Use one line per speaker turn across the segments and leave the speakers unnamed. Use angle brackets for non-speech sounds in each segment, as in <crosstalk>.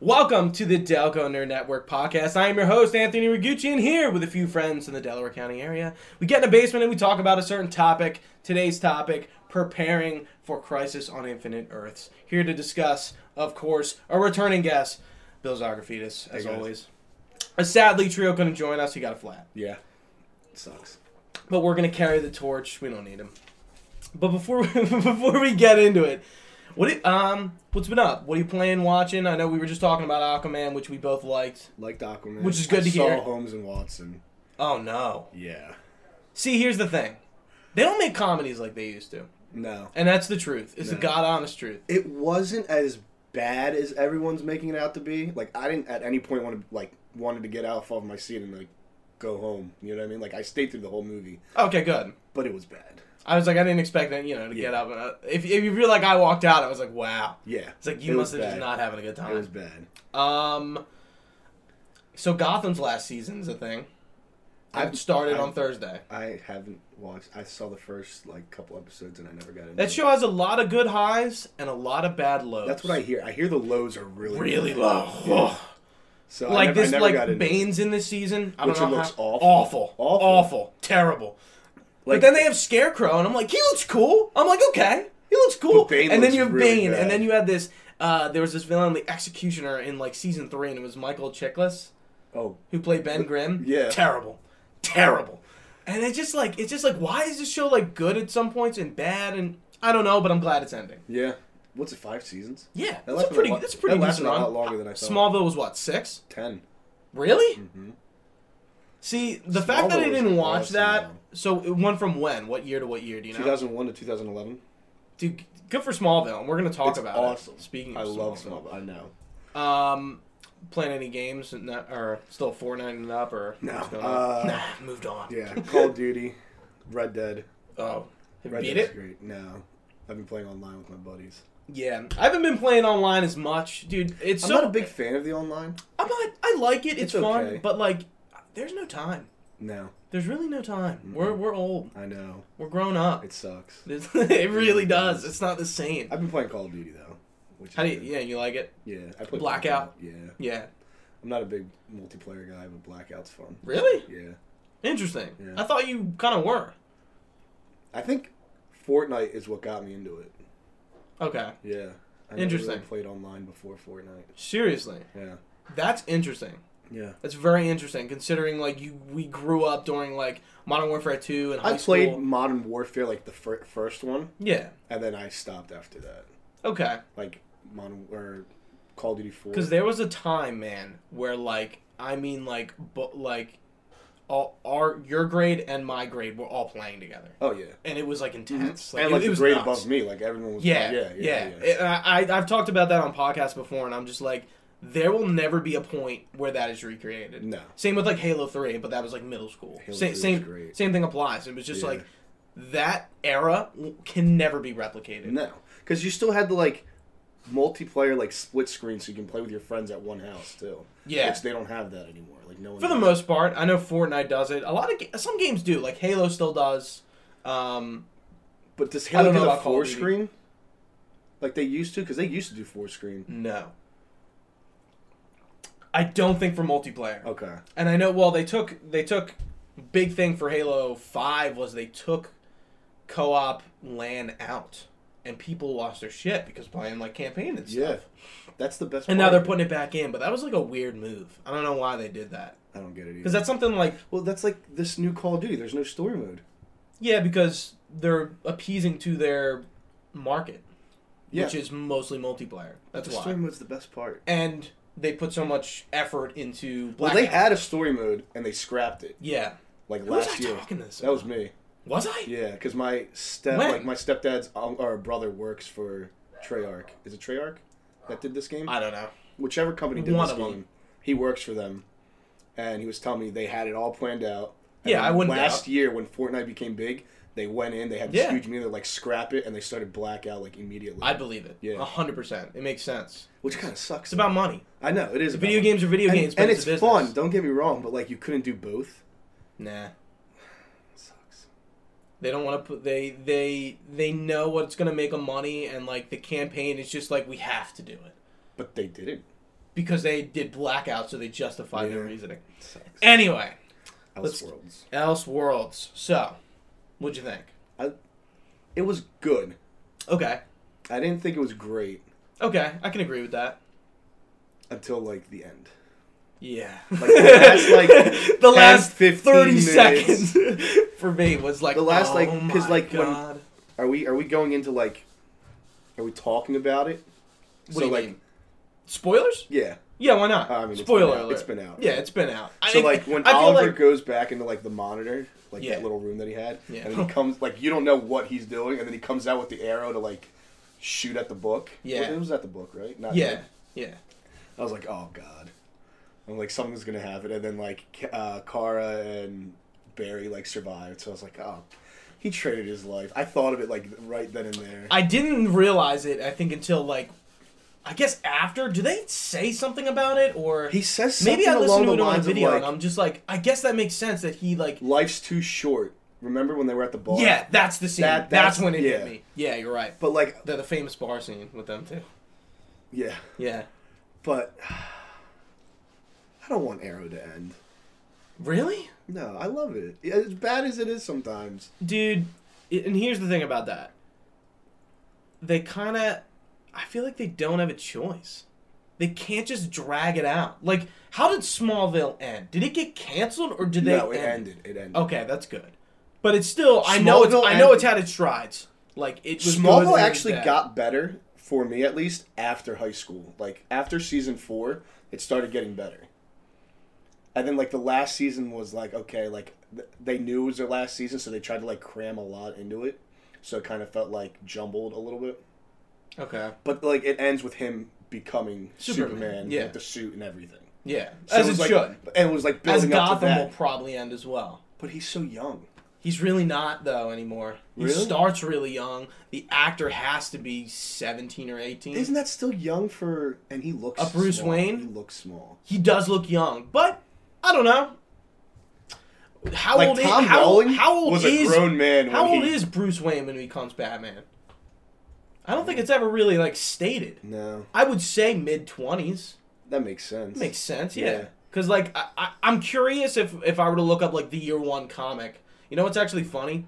Welcome to the Delco Nerd Network podcast. I am your host, Anthony Rigucci, and here with a few friends in the Delaware County area. We get in the basement and we talk about a certain topic. Today's topic preparing for Crisis on Infinite Earths. Here to discuss, of course, our returning guest, Bill Zagrafidis, as
guys.
always. Uh, Sadly, Trio couldn't join us. He got a flat.
Yeah. sucks.
But we're going to carry the torch. We don't need him. But before before we <laughs> get into it, what it, um what's been up? What are you playing, watching? I know we were just talking about Aquaman, which we both liked.
Liked Aquaman.
Which is good
I
to
saw
hear.
Holmes and Watson.
Oh no.
Yeah.
See, here's the thing. They don't make comedies like they used to.
No.
And that's the truth. It's the
No.
god honest truth.
It wasn't as bad as everyone's making it out to be. Like I didn't at any point want to like wanted to get out of my seat and like go home. You know what I mean? Like I stayed through the whole movie,
Okay, good.
but it was bad.
I was like, I didn't expect that, you know, to
Yeah.
get up. And I, if, if you feel like I walked out, I was like, wow.
Yeah.
It's like you
It
must
was
have just
bad.
not having a good
It was
time.
bad.
Um, so Gotham's last season's a thing. I
I've-
started
I've-
on Thursday.
I haven't watched. I saw the first like couple episodes and I never got into
That
it.
show has a lot of good highs and a lot of bad lows.
That's what I hear. I hear the lows are really
really
bad.
low.
Yeah. So I
like
never- I
this,
never got
like
into it.
Bane's in this season. I
Which
don't know
looks
how-
awful.
awful, awful,
Awful.
terrible.
Like-
but then they have Scarecrow, and I'm like, he looks cool. I'm like, okay, he looks cool.
But Bane
and then
looks
you have
really
Bane, and
bad.
then you had this. Uh, there was this villain, the Executioner, in like season three, and it was Michael Chiklis
Oh,
who played Ben Grimm.
Yeah.
terrible, terrible. And it's just like it's just like why is this show like good at some points and bad and I don't know, but I'm glad it's ending.
yeah. What's it? Five seasons?
Yeah, that's
That
a
lasted a
pretty
lot-
that's a pretty
that
decent
lasted a lot
run.
longer than I thought.
Smallville was what six?
Ten.
Really?
Mm-hmm.
See, the fact that I
Smallville was
didn't watch
awesome,
that.
though.
So it went from when? What year to what year? Do you know?
2001 to 2011.
Dude, good for Smallville. and We're gonna talk
It's
about
awesome.
it. Speaking, of
I love
Smallville.
Smallville. I know.
Um, playing any games and that, or still four nine and up or
No,
what's going on?
uh,
nah, moved on. <laughs>
Yeah. Call of Duty, Red Dead.
Oh, have you
Red
beat
Dead's
it?
great. No, I've been playing online with my buddies.
Yeah, I haven't been playing online as much, dude. It's
I'm
so
not a big fan of the online.
I'm not. I like it. It's,
It's
fun,
okay.
but like, there's no time.
No,
There's really no time.
Mm-hmm.
We're we're old.
I know
We're grown up.
it sucks.
<laughs> it really does. It's not the same.
I've been playing Call of Duty though. Which is
How do you?
good.
Yeah, you like it?
Yeah, I play
Blackout?
Yeah,
Yeah.
I'm not a big multiplayer guy, but Blackout's fun.
Really?
Yeah,
Interesting.
Yeah.
I thought you kind of were.
I think Fortnite is what got me into it.
Okay.
Yeah, I never
Interesting.
Really played online before Fortnite.
Seriously,
Yeah,
that's interesting.
yeah.
That's very interesting, considering like you we grew up during like Modern Warfare two and high
I played
school.
Modern Warfare like the fir- first one,
Yeah.
and then I stopped after that.
Okay.
Like Modern or Call of Duty Four.
Because there was a time, man, where like I mean, like but like all our your grade and my grade were all playing together,
oh yeah,
Mhm. and it was like intense. Like,
Mm-hmm. and
it,
like
it
the
was
grade
nuts.
above me, like everyone was.
Yeah, yeah,
yeah,
yeah. And I, I- I've talked about that on podcasts before, and I'm just like, there will never be a point where that is recreated.
No.
Same with like Halo Three, but that was like middle school.
Halo
Sa-
3 was
same,
great.
same thing applies. It was just
Yeah.
like that era w- can never be replicated.
No, because you still had the like multiplayer like split screen, so you can play with your friends at one house too.
Yeah.
which they don't have that anymore. Like no one.
For the
does.
most part, I know Fortnite does it. A lot of ga- some games do, like Halo still does. Um,
but does
I don't
Halo
know
do the
about Call of
four
Duty.
screen? Like they used to, because they used to do four screen.
no. I don't think for multiplayer.
Okay.
and I know well they took they took big thing for Halo Five was they took co-op LAN out, and people lost their shit because playing like campaign and stuff.
Yeah, that's the best.
And now
part.
they're putting it back in, but that was like a weird move. I don't know why they did that
I don't get it either.
because that's something like
Well, that's like this new Call of Duty. There's no story mode.
yeah because they're appeasing to their market, which is mostly multiplayer. That's
the
why.
story mode's the best part.
And they put so much effort into
Well,
Black.
they had a story mode and they scrapped it
yeah.
like
Who was
last
I
year.
talking to this
That was
about?
me.
Was I?
Yeah, because my step,
When?
like my stepdad's un- or brother works for Treyarch. Is it Treyarch that did this game?
I don't know.
Whichever company did
One
this
of 'em.
game, he works for them, and he was telling me they had it all planned out. And
Yeah,
then
I wouldn't
Last
doubt.
year, when Fortnite became big, They went in, they had this
Yeah.
huge meeting, they like scrap it, and they started blackout like immediately,
I believe it.
Yeah.
Yeah, hundred percent. It makes sense.
which kind of sucks.
It's about money.
I know it is. about
Video
money.
games are video
and,
games, but
and
it's,
it's,
a business.
fun. Don't get me wrong, but like you couldn't do both.
Nah,
sucks.
they don't want to put. They they they know what's gonna make them money, and like the campaign is just like we have to do it
But they didn't.
because they did blackout, so they justify their
Yeah.
reasoning.
It sucks.
Anyway, let's-
Elseworlds.
Else Worlds. So, what'd you think?
It was good.
Okay,
I didn't think it was great
okay, I can agree with that.
until like the end.
Yeah, <laughs>
Like, the last, like,
the
10,
last
15
thirty
minutes.
seconds <laughs> for me was like
The last,
oh
like, 'cause,
my
like, when-
God.
Are we are we going into like? Are we talking about it?
What
so
do you
like
mean? spoilers?
yeah.
Yeah, why not?
Oh, I mean, it's been
Spoiler
out-
alert.
it's been out.
Yeah, it's been out.
So
I,
like when
I feel
Oliver
like-
goes back into like the monitor, like
Yeah.
that little room that he had,
Yeah.
and then he comes like you don't know what he's doing, and then he comes out with the arrow to like shoot at the book.
Yeah.
Well, it was at the book, right? Not
yeah,
him.
yeah,
I was like, oh god, I'm like something's gonna happen, and then like K- uh, Kara and Barry like survived, so I was like, oh, he traded his life. I thought of it like right then and there.
I didn't realize it. I think until like, I guess after. Do they say something about it or
he says something
maybe I
along
listened to
the
it on a
lines
video
of
and
like,
I'm just like, I guess that makes sense that he like.
life's too short. Remember when they were at the bar?
Yeah, that's the scene.
That-
that's,
that's-
when it
yeah.
hit me. Yeah, you're right.
But like,
The, the famous bar scene with them too.
yeah.
Yeah.
But <sighs> I don't want Arrow to end.
Really,
No, I love it. Yeah, As bad as it is sometimes.
dude. i- And here's the thing about that. They kind of, I feel like they don't have a choice. They can't just drag it out. Like, how did Smallville end? Did it get canceled or did they?
no, it
end Oh,
ended. It ended.
Okay, that's good. But it's still I know it's
Smallville
I know
and-
it's had its strides. Like it was good and it
Smallville
was
actually
bad.
got better for me at least after high school. Like after season 4, it started getting better. And then like the last season was like okay, like th- they knew it was their last season so they tried to like cram a lot into it. So it kind of felt like jumbled a little bit.
Okay.
But like it ends with him becoming Superman,
Superman, yeah.
with the suit and everything.
Yeah.
So
as it,
was, like,
should.
And it was like
As
building up to
Gotham will
that.
probably end as well.
But he's so young.
He's really not though anymore. He
Really?
starts really young. The actor has to be seventeen or eighteen.
Isn't that still young for? And he looks
A Mm. Bruce
small.
Wayne?
He looks small.
he does look young, but I don't know. How
Like
old
Tom
is how,
Rowling
how old
was
is
a grown man.
how
when
old
he,
is Bruce Wayne when he becomes Batman? I don't think it's ever really like stated.
No,
I would say mid twenties.
that makes sense.
Makes sense,
Yeah.
yeah. Because like I, I, I'm curious if if I were to look up like the year one comic, you know what's actually funny?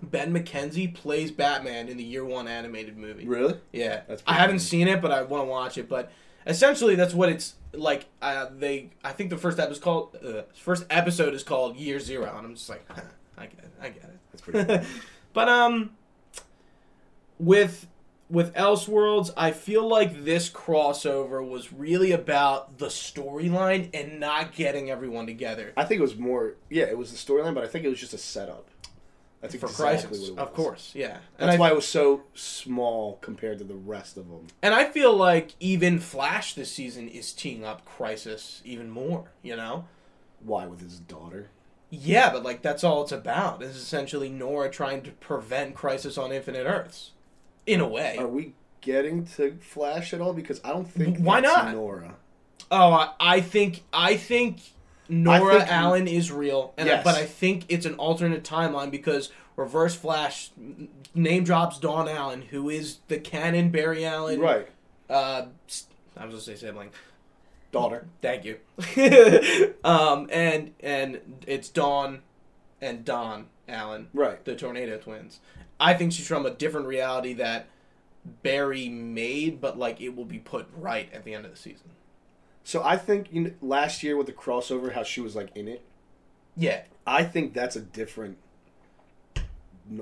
Ben McKenzie plays Batman in the year one animated movie.
<laughs> really.
Yeah,
That's
I
pretty
haven't
funny.
seen it, but I want to watch it. But essentially, that's what it's like. Uh, they I think the first episode called uh, first episode is called Year Zero, and I'm just like, <laughs> huh, I get it, I get it.
That's pretty.
<laughs> but um with with Elseworlds, I feel like this crossover was really about the storyline and not getting everyone together.
I think it was more. Yeah, it was the storyline, but I think it was just a setup. That's
For
exactly
Crisis,
what it was.
of course, yeah. And
That's
I,
why it was so small compared to the rest of them.
and I feel like even Flash this season is teeing up Crisis even more, you know?
Why with his daughter?
Yeah, but like that's all it's about is essentially Nora trying to prevent Crisis on Infinite Earths, in a way.
Are we getting to Flash at all? Because I don't think.
Why
that's
not?
Nora?
Oh, I, I think I think Nora
I think-
Allen is real, and
Yes.
but I think it's an alternate timeline because Reverse Flash n- name drops Dawn Allen, who is the canon Barry Allen.
Right,
Uh, s- I was gonna say sibling.
daughter.
Thank you. <laughs> um, and and it's Dawn and Don Allen,
Right.
the Tornado Twins. I think she's from a different reality that Barry made, but like it will be put right at the end of the season.
So I think you know, last year with the crossover, how she was like in it.
Yeah.
I think that's a different.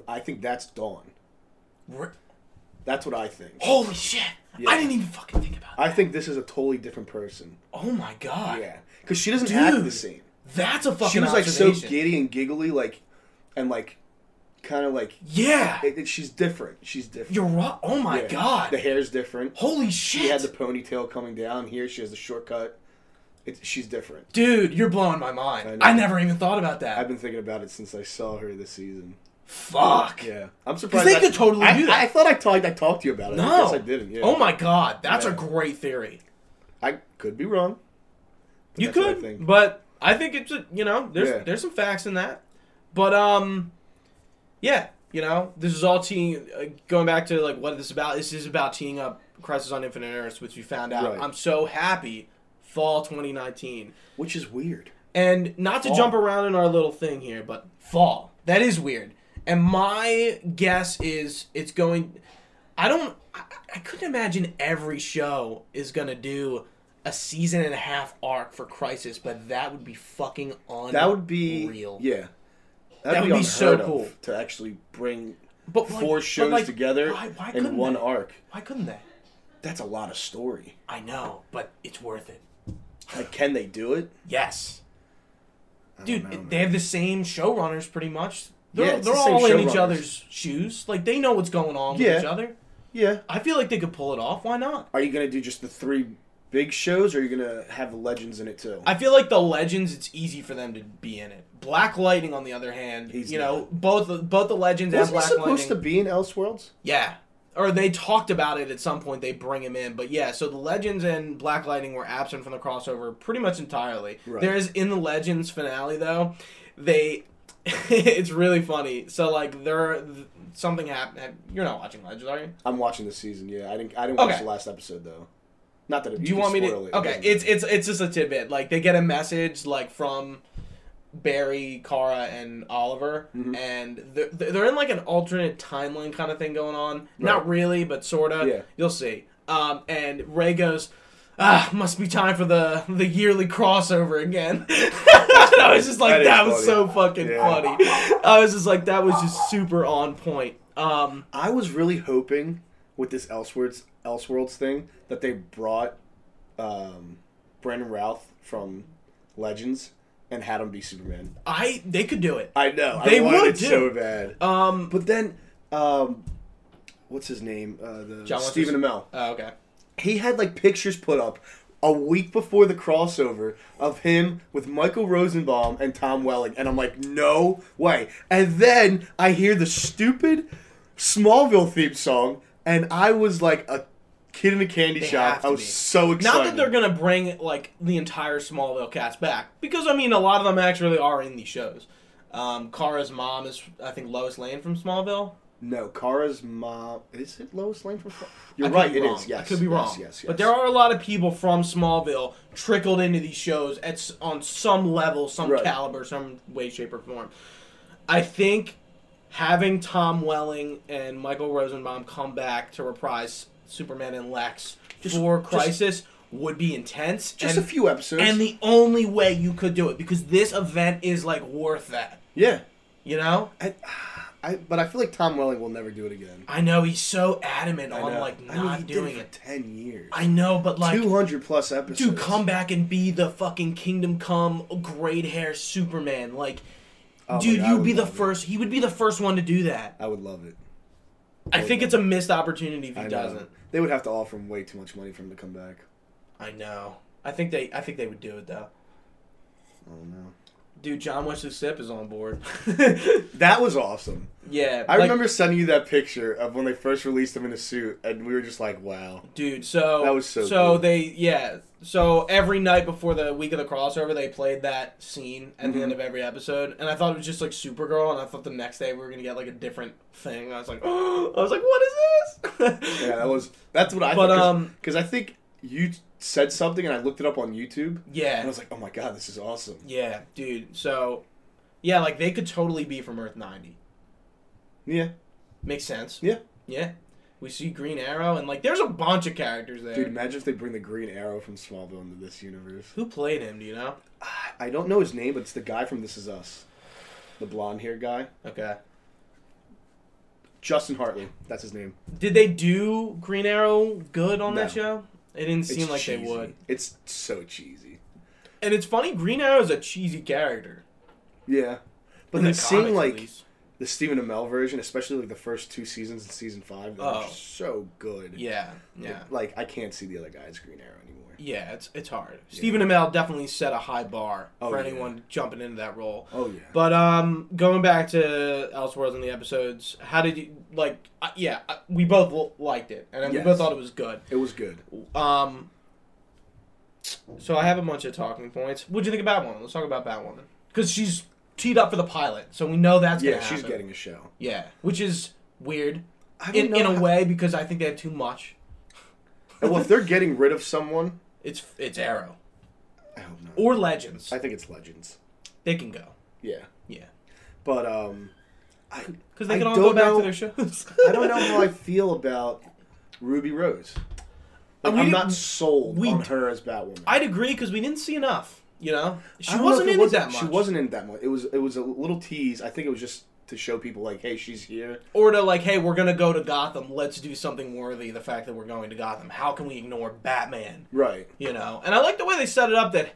I think that's Dawn.
Re-
That's what I think.
Holy shit!
Yeah.
I didn't even fucking think about that.
I think this is a totally different person.
oh my god.
Yeah, because she doesn't act the
Dude.
same.
That's a fucking
She was like so
observation.
giddy and giggly, like, and like, kind of like.
Yeah.
It, it- she's different. She's different.
You're right. Oh my
Yeah.
god.
The hair's different.
Holy shit.
She had the ponytail coming down here. She has the shortcut. It's she's different.
Dude, you're blowing my mind.
I
I,
know.
never even thought about that.
I've been thinking about it since I saw her this season.
Fuck.
Yeah, I'm
Because
surprised.
they
I-
could totally
I,
do that.
I thought I talked. I talked to you about it. I
no,
guess I didn't. Yeah.
Oh my god, that's a
Yeah.
great theory.
I could be wrong. but
You
that's what I
could,
think.
but I think it's a, you know there's
Yeah.
there's some facts in that, but um, yeah, you know this is all teeing uh, going back to like what this is about. This is about teeing up Crisis on Infinite Earths, which we found out.
Right.
I'm so happy, fall 2019,
Which is weird.
and not to
Fall.
jump around in our little thing here, but fall that is weird. And my guess is it's going. I don't. I, I couldn't imagine every show is gonna do a season and a half arc for Crisis, but that would be fucking on.
That would be
real.
Yeah.
That would be so
unheard of
cool.
to actually bring
but like-
four
but
shows
like,
together
Why, why
in
couldn't
one
they?
arc.
Why couldn't they?
That's a lot of story.
I know, but it's worth it.
Like, can they do it?
Yes,
I don't
dude.
know,
it-
man.
they have the same showrunners, pretty much. They're,
Yeah, it's
they're
the same
all in each
showrunners.
other's shoes. Like they know what's going on
Yeah.
with each other.
yeah.
I feel like they could pull it off. Why not?
Are you gonna do just the three big shows, or are you gonna have the legends in it too?
I feel like the legends, it's easy for them to be in it. Black Lightning, on the other hand,
He's
you know, both the, both the legends
Wasn't
and
he
Black
supposed
Lightning,
to be in Elseworlds?
yeah, or they talked about it at some point. They bring him in, but yeah, so the legends and Black Lightning were absent from the crossover pretty much entirely.
Right.
There is in the legends finale though, they. <laughs> it's really funny. So like there, something happened. You're not watching Legends, are you?
I'm watching this season. Yeah, I didn't. I didn't watch
Okay.
the last episode though. Not that it,
Do you, want me to?
It. It
okay,
doesn't
it's
matter.
it's it's just a tidbit. Like they get a message like from Barry, Kara, and Oliver,
Mhm.
and they're, they're in like an alternate timeline kind of thing going on. Not really, but sort of.
Yeah.
You'll see. Um, and Ray goes. Ah, must be time for the the yearly crossover again. <laughs> I was just like,
That
that,
is
was
funny.
so fucking
Yeah.
funny. I was just like, that was just super on point. Um,
I was really hoping with this Elseworlds Elseworlds thing that they brought um, Brandon Routh from Legends and had him be Superman.
I they could do it.
I know.
They
I wanted
would,
it
too.
so bad.
Um,
But then, um, what's his name? Uh, the
John
Stephen Amell.
oh, okay.
He had like pictures put up a week before the crossover of him with Michael Rosenbaum and Tom Welling, and I'm like, no way. And then I hear the stupid Smallville theme song, and I was like a kid in a candy
They have
shop.
to
I was
be.
so excited.
Not that they're gonna bring like the entire Smallville cast back, because I mean a lot of them actually are in these shows. Um, Kara's mom is, I think, Lois Lane from Smallville.
no, Kara's mom. Is it Lois Lane from? Small- You're
I could
right.
be
It
wrong.
is. Yes.
I could be
yes,
wrong.
Yes. yes,
But there are a lot of people from Smallville trickled into these shows at s- on some level, some
Right.
caliber, some way, shape, or form. I think having Tom Welling and Michael Rosenbaum come back to reprise Superman and Lex
Just-
for
just-
Crisis would be intense.
just
and
a few episodes.
And the only way you could do it because this event is like worth that.
yeah.
You know?
I, <sighs> I, but I feel like Tom Welling will never do it again.
I know he's so adamant
I
on
know.
like
I
not
mean, he did
doing
for
it.
Ten years.
I know, but like
Two hundred plus episodes.
dude, come back and be the fucking Kingdom Come grade hair Superman. Like
Oh my
dude,
God, I
you'd
would
be the
love it.
first he would be the first one to do that.
I would love it.
I think it's a missed opportunity if he
I know.
doesn't.
They would have to offer him way too much money for him to come back.
I know. I think they I think they would do it though.
I don't know.
Dude, John Wesley Sip is on
<laughs>
board. <laughs>
That was awesome.
yeah.
I
like-
remember sending you that picture of when they first released him in a suit, and we were just like, "Wow."
Dude, so
That was so cool.
they yeah. So every night before the week of the crossover, they played that scene at the
Mhm.
end of every episode, and I thought it was just like Supergirl, and I thought the next day we were gonna get like a different thing. I was like, <gasps> I was like, what is this?
Yeah, that was. That's what I.
But
thought, 'cause-
um,
because I think you t- said something, and I looked it up on YouTube, and I
<laughs> yeah,
was like, "Oh my god, this is awesome."
yeah, dude. So yeah, like they could totally be from Earth ninety.
Yeah,
Makes sense.
Yeah.
Yeah. We see Green Arrow, and like there's a bunch of characters there.
dude. Imagine if they bring the Green Arrow from Smallville into this universe.
Who played him? Do you know?
I don't know his name, but it's the guy from This Is Us, the blonde haired guy,
Okay.
Justin Hartley. That's his name.
Did they do Green Arrow good on that
No.
show? It didn't seem like they would.
It's so cheesy.
And it's funny, Green Arrow is a cheesy character.
Yeah, but
In the
then seeing
comics, at
like
least.
the Stephen Amell version, especially like the first two seasons in season five, they're
Oh.
so good.
yeah, yeah,
like I can't see the other guy's Green Arrow anymore.
Yeah, it's it's hard. Stephen Amell definitely set a high bar
Oh,
for
yeah.
anyone jumping into that role.
Oh yeah.
But um, going back to Elseworlds and the episodes, how did you like? Uh, yeah, uh, we both l- liked it, and we
Yes.
both thought it was good.
it was good.
Um, so I have a bunch of talking points. What'd you think about Batwoman? Let's talk about Batwoman because she's teed up for the pilot, so we know that's
yeah,
gonna
she's
happen.
getting a show.
yeah, which is weird
I don't
in, in
know
a
how-
way because I think they have too much.
<laughs> Well, if they're getting rid of someone,
<laughs> It's it's Arrow
I hope not.
or Legends.
I think it's Legends.
They can go.
Yeah.
Yeah.
But um, I
Because they
I
can all go
don't
back
know-
to their shows.
I don't
<laughs>
know how I feel about Ruby Rose. Like,
We
I'm
didn't-
not sold
we
on
d-
her as Batwoman.
I'd agree because we didn't see enough. You know,
I
she
don't know
wasn't
if
in
it
it
was-
that much.
She wasn't in it that much. It was it was a little tease. I think it was just to show people like, hey, she's here.
or to like, hey, we're gonna go to Gotham. Let's do something worthy. of The fact that we're going to Gotham. How can we ignore Batman?
Right.
You know, and I like the way they set it up. That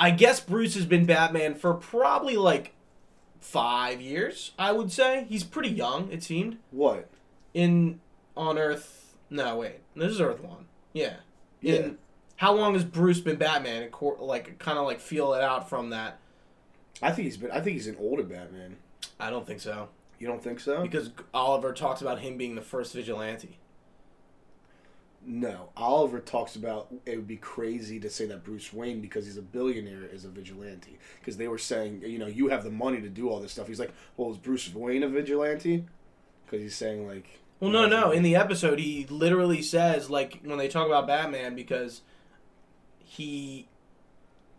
I guess Bruce has been Batman for probably like five years. I would say he's pretty young. It seemed
What?
in on Earth. No, wait, this is Earth One. Yeah.
Yeah.
In how long has Bruce been Batman? And cor- like, kind of like feel it out from that.
I think he's been. I think he's an older Batman.
I don't think so.
You don't think so?
Because Oliver talks about him being the first vigilante.
No. Oliver talks about it would be crazy to say that Bruce Wayne, because he's a billionaire, is a vigilante. Because they were saying, you know, you have the money to do all this stuff. He's like, well, is Bruce Wayne a vigilante? Because he's saying like.
Well, no, no. In the episode, he literally says, like, when they talk about Batman, because he.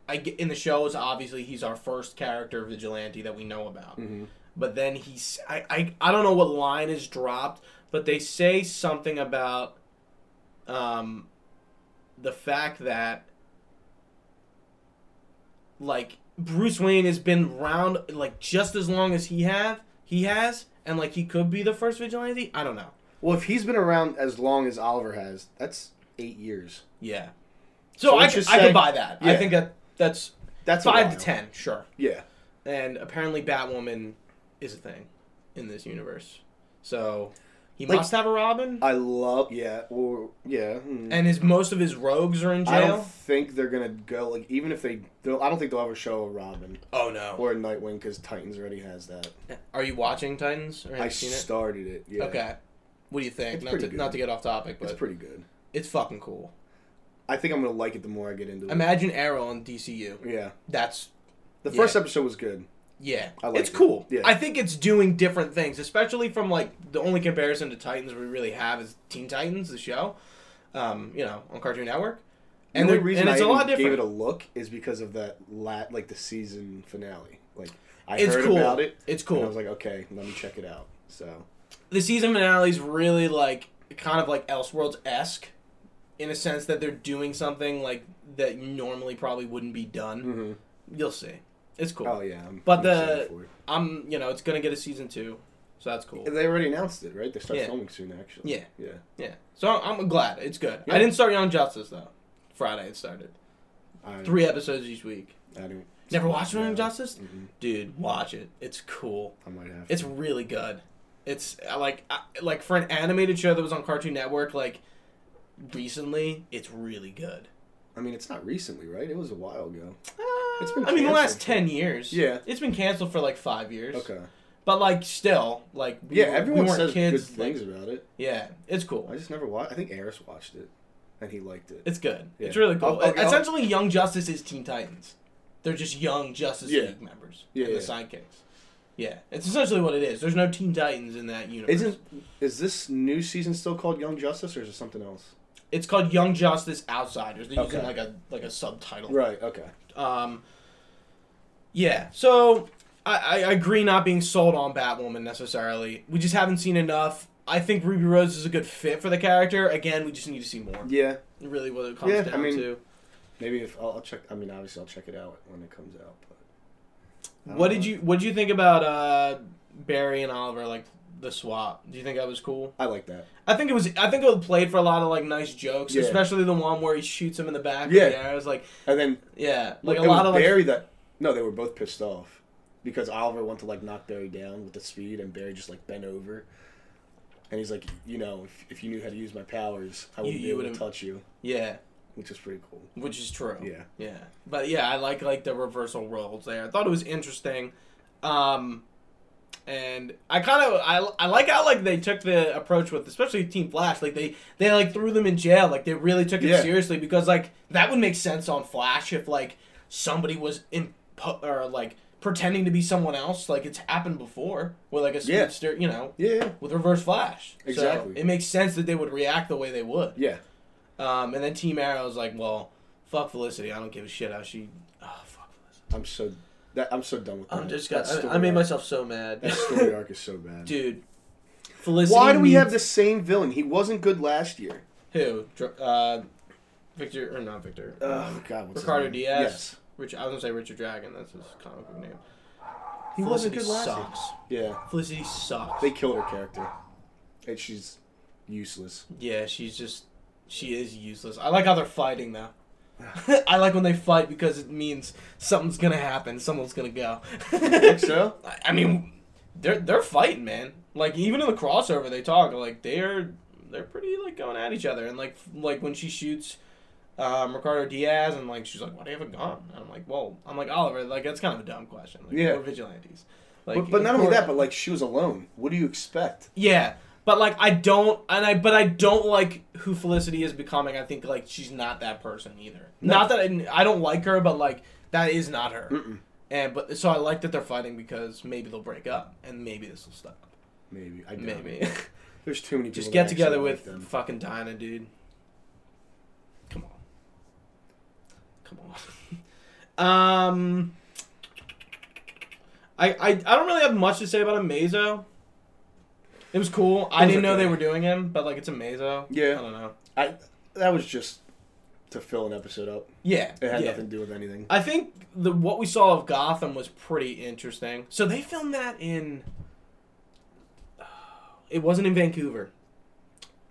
I get, in the show is obviously he's our first character vigilante that we know about.
Mhm.
But then he's I, I I don't know what line is dropped, but they say something about um the fact that like Bruce Wayne has been around like just as long as he have he has and like he could be the first vigilante. I don't know.
Well, if he's been around as long as Oliver has, that's eight years.
Yeah. So,
So
I
let's
could,
just
I
say-
could buy that. I
yeah.
think that that's
That's a
five to
while.
ten, sure.
Yeah.
And apparently Batwoman is a thing in this universe. So he
Like-
must have a Robin.
I love. Yeah. Or yeah. hmm.
and his most of his rogues are in
I don't
jail.
think they're gonna go like even if they. they'll- I don't think they'll ever show a Robin
Oh no.
or a Nightwing because Titans already has that.
Are you watching Titans? Or have
I
you seen it?
started it. Yeah.
Okay. What do you think?
It's
not
pretty
to
good.
not to get off topic, but
It's
it's,
pretty good.
fucking cool.
I think I'm gonna like it the more I get into it.
Imagine Arrow on DCU.
yeah.
That's
The
Yeah.
first episode was good.
yeah.
I like
it's
it.
cool.
Yeah.
I think it's doing different things, especially from like the only comparison to Titans we really have is Teen Titans, the show. Um, you know, on Cartoon Network. And
the
the-
only reason
and it's
I
a lot
even
different.
gave it a look is because of that la- like the season finale. Like I
It's
heard
cool.
about it.
It's
And I
cool.
was like, okay, let me check it out. So
the season finale's really like kind of like Elseworlds esque, in a sense that they're doing something like that normally probably wouldn't be done. You'll see. It's cool.
Mm. oh yeah, I'm,
Mm-hmm. But
I'm
the-
excited for it.
I'm you know it's gonna get a season two, so that's cool.
And they already announced it, right? They start
Yeah.
filming soon, actually.
Yeah.
yeah.
Yeah. So I'm I'm glad it's good. I
Yeah.
didn't start Young Justice though. Friday it started.
I,
Three episodes each week.
I don't.
Never watched
No.
Young Justice,
Mhm.
dude. Watch it. It's cool.
I might have.
It's really good. It's I like I, like for an animated show that was on Cartoon Network like recently, it's really good.
I mean, it's not recently, right? It was a while ago.
it's
It's
been
been
Ah, I mean the last
canceled.
10 years.
Yeah.
It's been canceled for like 5 years.
Okay.
But like still, like we
Yeah,
were- we
everyone
weren't
says
kids,
good
like-
things about it.
yeah, it's cool.
I just never watched. I think Eris watched it, and he liked it.
It's good. It's
Yeah.
really cool.
I'll- I'll- I'll-
Essentially, Young Justice is Teen Titans. They're just young Justice
Yeah.
League members
Yeah,
and the
yeah.
sidekicks. Yeah, it's essentially what it is. There's no Teen Titans in that universe.
Isn't is this new season still called Young Justice, or is it something else?
It's called Young Justice Outsiders. They're using
Okay.
like a like a subtitle.
Right. Okay.
Um, yeah. So I, I agree not being sold on Batwoman necessarily. We just haven't seen enough. I think Ruby Rose is a good fit for the character. Again, we just need to see more.
Yeah.
Really, what it comes
Yeah, I
down
mean,
to.
Maybe if I'll, I'll check. I mean, obviously, I'll check it out when it comes out. But
What did
Uh,
you What did you think about uh, Barry and Oliver like the swap? Do you think that was cool?
I like that.
I think it was. I think it played for a lot of like nice jokes,
Yeah.
especially the one where he shoots him in the back.
Yeah.
Yeah, I was like,
And then
yeah, like
it
a lot
was
of like.
Barry that. No, they were both pissed off because Oliver wanted to like knock Barry down with the speed, and Barry just like bent over. And he's like, you know, if, if you knew how to use my powers, I wouldn't
you
be able
would've-
to touch you.
Yeah,
which is pretty cool.
which is true.
Yeah.
yeah. But yeah, I like like the reversal roles there. I thought it was interesting, um, and I kind of I, I like how like they took the approach with especially Team Flash. Like they they like threw them in jail. Like they really took it
Yeah.
seriously because like that would make sense on Flash if like somebody was in or like pretending to be someone else. Like it's happened before with like a
Yeah.
speedster, you know.
Yeah.
With Reverse Flash, So
Exactly.
it makes sense that they would react the way they would.
Yeah.
Um, and then Team Arrow's like, well, fuck Felicity. I don't give a shit how she. Oh, fuck Felicity.
I'm so that I'm so done with that.
I'm just
That
got. I,
story
I made
arc-
myself so mad. <laughs>
That story arc is so bad.
Dude, Felicity.
Why do we have
needs-
the same villain? He wasn't good last year.
Who? Dr- Uh, Victor or not Victor?
Oh God, what's his
Ricardo
name?
Diaz.
Yes.
Rich. I was gonna say Richard Dragon. That's his comic book name.
He wasn't
Felicity
good last
sucks.
year. Yeah.
Felicity sucks.
They killed her character. And she's useless.
Yeah, she's just. She is useless. I like how they're fighting though. <laughs> I like when they fight because it means something's gonna happen. Someone's gonna go.
Think so?
<laughs> I- I mean, they're they're fighting, man. Like even in the crossover, they talk like they are they're pretty like going at each other. And like f- like when she shoots um, Ricardo Diaz, and like she's like, "Why do you have a gun?" And I'm like, "Well, I'm like Oliver. Like that's kind of a dumb question. Like,
Yeah.
we're vigilantes. Like,
But, but not
of
only
course-
that, but like she was alone. What do you expect?
yeah." But like I don't, and I but I don't like who Felicity is becoming. I think like she's not that person either.
No. Mm.
Not that I, I don't like her, but like that is not her.
Mm-mm.
And but so I like that they're fighting because maybe they'll break up and maybe this will stop.
Maybe I doubt it.
Maybe. <laughs>
There's too many. People
Just
that
get
actually
together
like
with
them.
fucking Dinah, dude. Come on. Come on. <laughs> um I, I I don't really have much to say about Amazo. It was cool. I
It was
didn't know
okay.
they were doing him, but like it's Amazo. I
Yeah,
don't know.
I that was just to fill an episode up.
Yeah.
It had
yeah.
nothing to do with anything.
I think the what we saw of Gotham was pretty interesting. So they filmed that in. <sighs> It wasn't in Vancouver,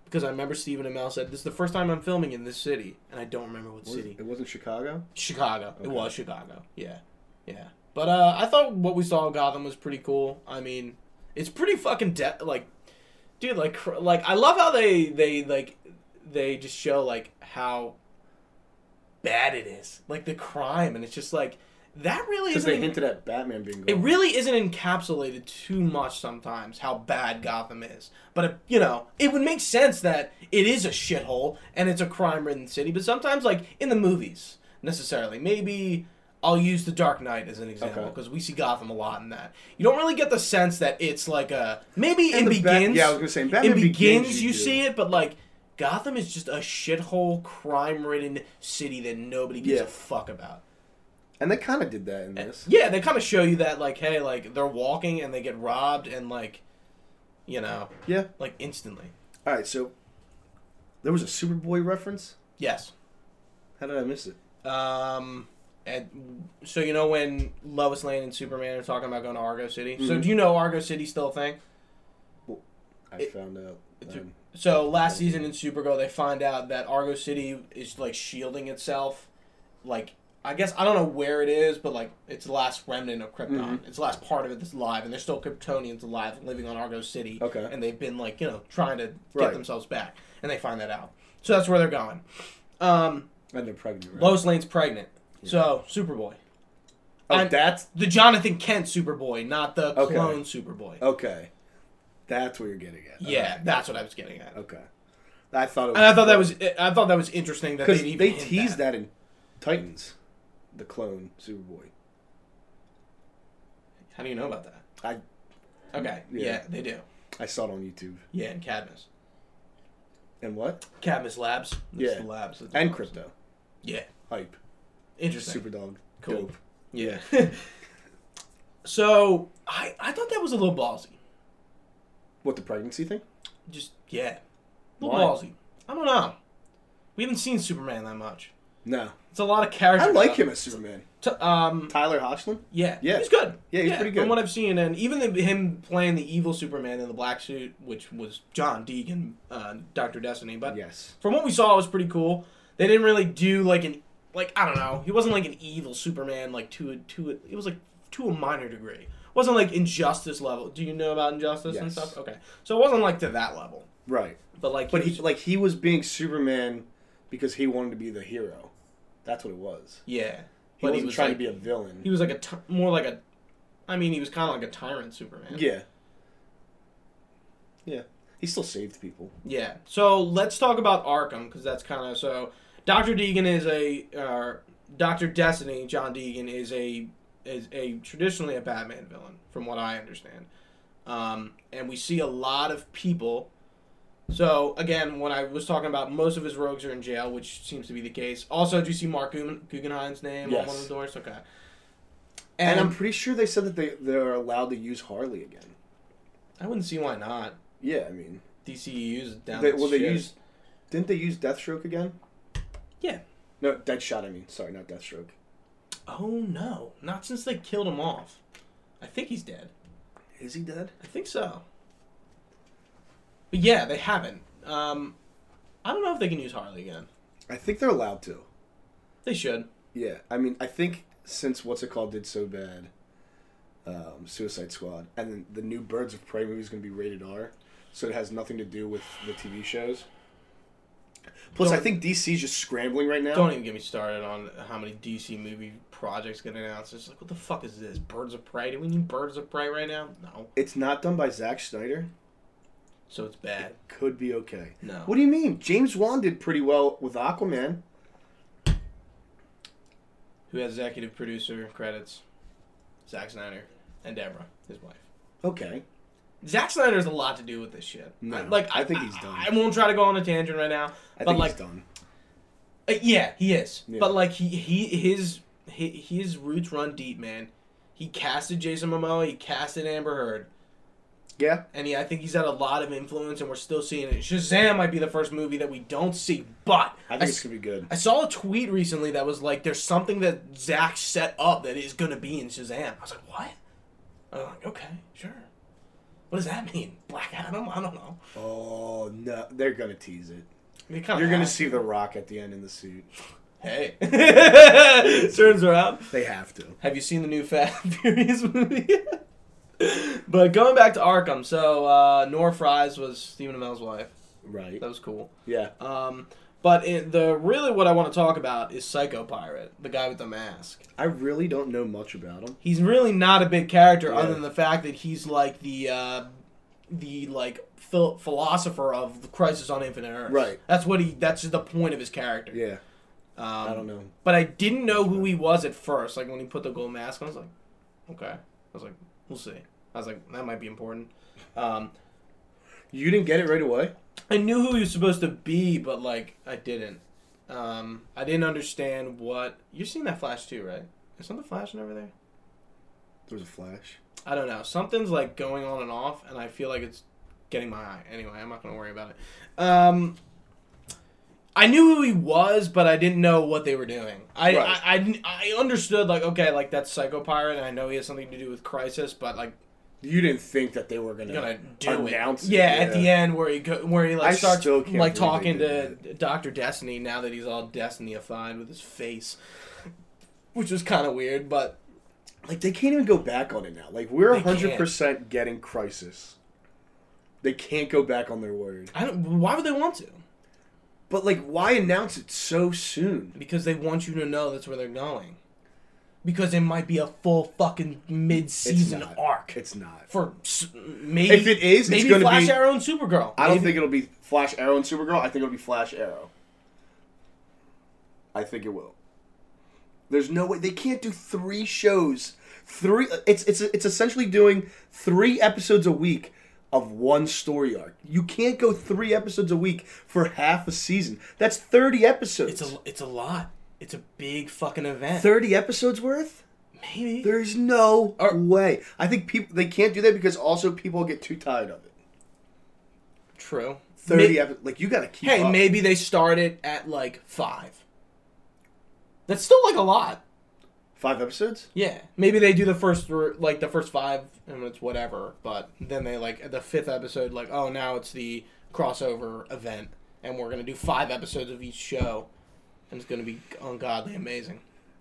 because I remember Stephen Amell said this is the first time I'm filming in this city, and I don't remember what
Was
city.
it, it wasn't Chicago.
Chicago. It
Okay.
was Chicago. Yeah, yeah. But uh, I thought what we saw of Gotham was pretty cool. I mean, it's pretty fucking de- like, dude, like, cr- like I love how they they like they just show like how bad it is, like the crime, and it's just like that really
Because
isn't.
they hinted at Batman being.
it
Gone.
really isn't encapsulated too much sometimes how bad Gotham is. But, it, you know, it would make sense that it is a shithole and it's a crime ridden city, but sometimes, like, in the movies, necessarily. Maybe I'll use The Dark Knight as an example
Okay.
because we see Gotham a lot in that. You don't really get the sense that it's like a. Maybe
In
it
the
begins.
Bat- yeah, I was gonna say in Batman
it begins, you,
do.
see it, but, like, Gotham is just a shithole, crime ridden city that nobody gives
Yeah.
a fuck about.
and they kind of did that in this.
Yeah, they kind of show you that, like, hey, like they're walking and they get robbed and like, you know,
Yeah.
like instantly.
All right, so there was a Superboy reference.
Yes.
How did I miss it?
Um, and so you know when Lois Lane and Superman are talking about going to Argo City. So
Mhm.
do you know Argo City's still a thing?
I
It-
found out.
it's a-
Um,
So last season in Supergirl, they find out that Argo City is like shielding itself. Like I guess I don't know where it is, but like it's the last remnant of Krypton. It's the last part of it that's alive, and there's still Kryptonians alive living on Argo City.
Okay.
and they've been like you know trying to get
Right.
themselves back, and they find that out. So that's where they're going. Um,
and they're pregnant. Right?
Lois Lane's pregnant, so Superboy,
oh,
I'm-
that's
the Jonathan Kent Superboy, not the
Okay.
clone Superboy.
okay. That's what you're getting at.
Yeah,
Okay.
that's what I was getting at.
Okay. I thought. It was
And I thought that was I thought that was interesting that they
because
even
they
hint
teased
that.
that. in Titans, the clone Superboy.
How do you know about that?
I
Okay. Yeah,
Yeah.
they do.
I saw it on YouTube.
Yeah, and Cadmus.
And what?
Cadmus Labs. That's
Yeah.
The labs. that-
And crypto
Yeah.
hype.
Interesting.
Superdog.
Cool.
Dope.
Yeah. <laughs> so I I thought that was a little ballsy.
What the pregnancy thing?
Just yeah, a little
Why?
ballsy. I don't know. We haven't seen Superman that much.
No,
It's a lot of character.
I like him
development.
as Superman.
T- um.
Tyler Hoechlin.
Yeah.
Yeah.
He's good.
Yeah, he's pretty
From
good.
what I've seen, and even the, him playing the evil Superman in the black suit, which was John Deegan, uh, Doctor Destiny, but
Yes.
from what we saw, it was pretty cool. They didn't really do like an like I don't know. He wasn't like an evil Superman like to a to a, it was like to a minor degree. wasn't like injustice level. Do you know about injustice and
Yes.
stuff? Okay, so it wasn't like to that level,
Right.
but like
But
he
he
was-
like he was being Superman because he wanted to be the hero. That's what it was.
Yeah,
He
But he
wasn't
was
trying
like-
to be a villain.
he was like a ty- more like a. I mean, he was kind of like a tyrant Superman.
yeah. Yeah. He still saved people.
Yeah. So let's talk about Arkham because that's kind of so. Doctor Deegan is a uh, Doctor Destiny. John Deegan is a is a traditionally a Batman villain, from what I understand. Um, and we see a lot of people. So again, when I was talking about most of his rogues are in jail, which seems to be the case. Also, do you see Mark Guggen- Guggenheim's name on one of
Yes.
the doors? Okay. And,
And, I'm pretty sure they said that they, they're allowed to use Harley again.
I wouldn't see why not.
Yeah, I mean.
DCU's down.
They,
its
well, they
shit.
used. Didn't they use Deathstroke again?
Yeah.
No, Deadshot, I mean. Sorry, not Deathstroke.
Oh no! Not since they killed him off. I think he's dead.
Is he dead?
I think so. But yeah, they haven't. Um, I don't know if they can use Harley again.
I think they're allowed to.
They should.
Yeah, I mean, I think since what's it called did so bad, um, Suicide Squad, and then the new Birds of Prey movie is going to be rated R, so it has nothing to do with the TV shows. Plus, I
Don't-
think DC's just scrambling right now.
Don't even get me started on how many DC movie projects get announced. It's like, what the fuck is this? Birds of Prey? Do we need Birds of Prey right now? No.
It's not done by Zack Snyder.
So it's bad.
Could be okay.
No.
What do you mean? James Wan did pretty well with Aquaman.
Who has executive producer credits? Zack Snyder and Deborah, his wife.
Okay.
Zack Snyder has a lot to do with this shit.
No,
like
I think he's done.
I, won't try to go on a tangent right now.
I
but
think
like,
he's done.
Uh, yeah, he is.
Yeah.
But like he he his hi- his roots run deep, man. He casted Jason Momoa, he casted Amber Heard,
Yeah.
and he, I think he's had a lot of influence, and we're still seeing it. Shazam might be the first movie that we don't see, but
I think
I
it's
s-
going to be good.
I saw a tweet recently that was like, "There's something that Zach set up that is gonna be in Shazam." I was like, "What?" I was like, "Okay, sure." What does that mean? Black Adam? I don't know.
Oh, no. They're going to tease it.
They kinda
You're going to
have-
see The Rock at the end in the suit.
Hey, <laughs> turns around.
They have to.
Have you seen the new Fast and <laughs> Furious movie? but going back to Arkham, so uh, Nora Fries was Stephen Amell's wife.
Right.
That was cool.
Yeah.
Um, but in the really what I want to talk about is Psycho Pirate, the guy with the mask.
I really don't know much about him.
He's really not a big character,
Yeah.
other than the fact that he's like the uh, the like phil- philosopher of the Crisis on Infinite Earth.
Right.
That's what he. That's the point of his character.
Yeah,
Um,
I don't know.
But I didn't know who he was at first. Like when he put the gold mask on, I was like, okay. I was like, we'll see. I was like, that might be important. Um,
You didn't get it right away.
I knew who he was supposed to be, but like I didn't. Um, I didn't understand what you're seeing that flash too, right? Is something flashing over there?
There was a flash.
I don't know. Something's like going on and off, and I feel like it's getting my eye. Anyway, I'm not gonna worry about it. Um, I knew who he was, but I didn't know what they were doing. I
Right.
I, I, didn't- I understood like okay, like that's Psycho Pirate, and I know he has something to do with Crisis, but like
You didn't think that they were gonna.
you're gonna do
Announce
it.
it,
Yeah, at
yeah.
the end where he go, where he like
I
starts
still can't
like
believe
talking
they
to
did
Doctor Destiny now that he's all Destinyified with his face, which was kind of weird, but
Like they can't even go back on it now. Like we're
They can't.
hundred percent getting crisis. They can't go back on their word.
I don't. Why would they want to?
But like, why announce it so soon?
Because they want you to know that's where they're going. Because it might be a full fucking mid-season
not.
arc
It's not.
for s- maybe.
If it is, it's
maybe
gonna
Flash
be-
Arrow and Supergirl.
I don't
Maybe-
think it'll be Flash Arrow and Supergirl. I think it'll be Flash Arrow. I think it will. There's no way they can't do three shows. Three. It's it's it's essentially doing three episodes a week of one story arc. You can't go three episodes a week for half a season. That's thirty episodes.
it's a it's a lot. It's a big fucking event.
thirty episodes worth.
maybe.
There's no way. I think people they can't do that because also people get too tired of it.
True.
Thirty
May-
episodes. Like you got to keep.
hey,
up.
maybe they started at like five. That's still like a lot.
five episodes.
Yeah, maybe they do the first thr- like the first five and it's whatever, but then they like at the fifth episode like oh now it's the crossover event and we're gonna do five episodes of each show and it's gonna be ungodly amazing.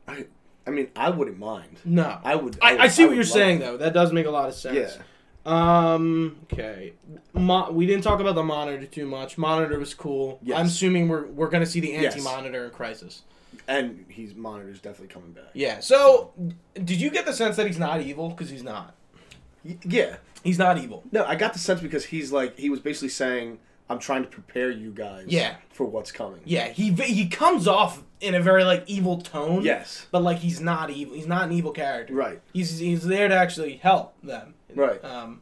I, I mean, I wouldn't mind.
No,
I would.
I, I see what
would
you're
love
saying
it.
though. That does make a lot of sense.
Yeah.
Um. Okay. Mo- we didn't talk about the monitor too much. Monitor was cool.
Yes.
I'm assuming we're we're gonna see the
Yes.
anti-monitor in Crisis.
and his monitor's definitely coming back.
Yeah. So, d- did you get the sense that he's not evil? Because he's not.
Y- yeah.
He's not evil.
No, I got the sense because he's like he was basically saying, "I'm trying to prepare you guys,
Yeah.
for what's coming."
Yeah. He v- he comes off in a very like evil tone.
Yes.
But like he's not evil. He's not an evil character.
Right.
He's he's there to actually help them.
Right.
Um.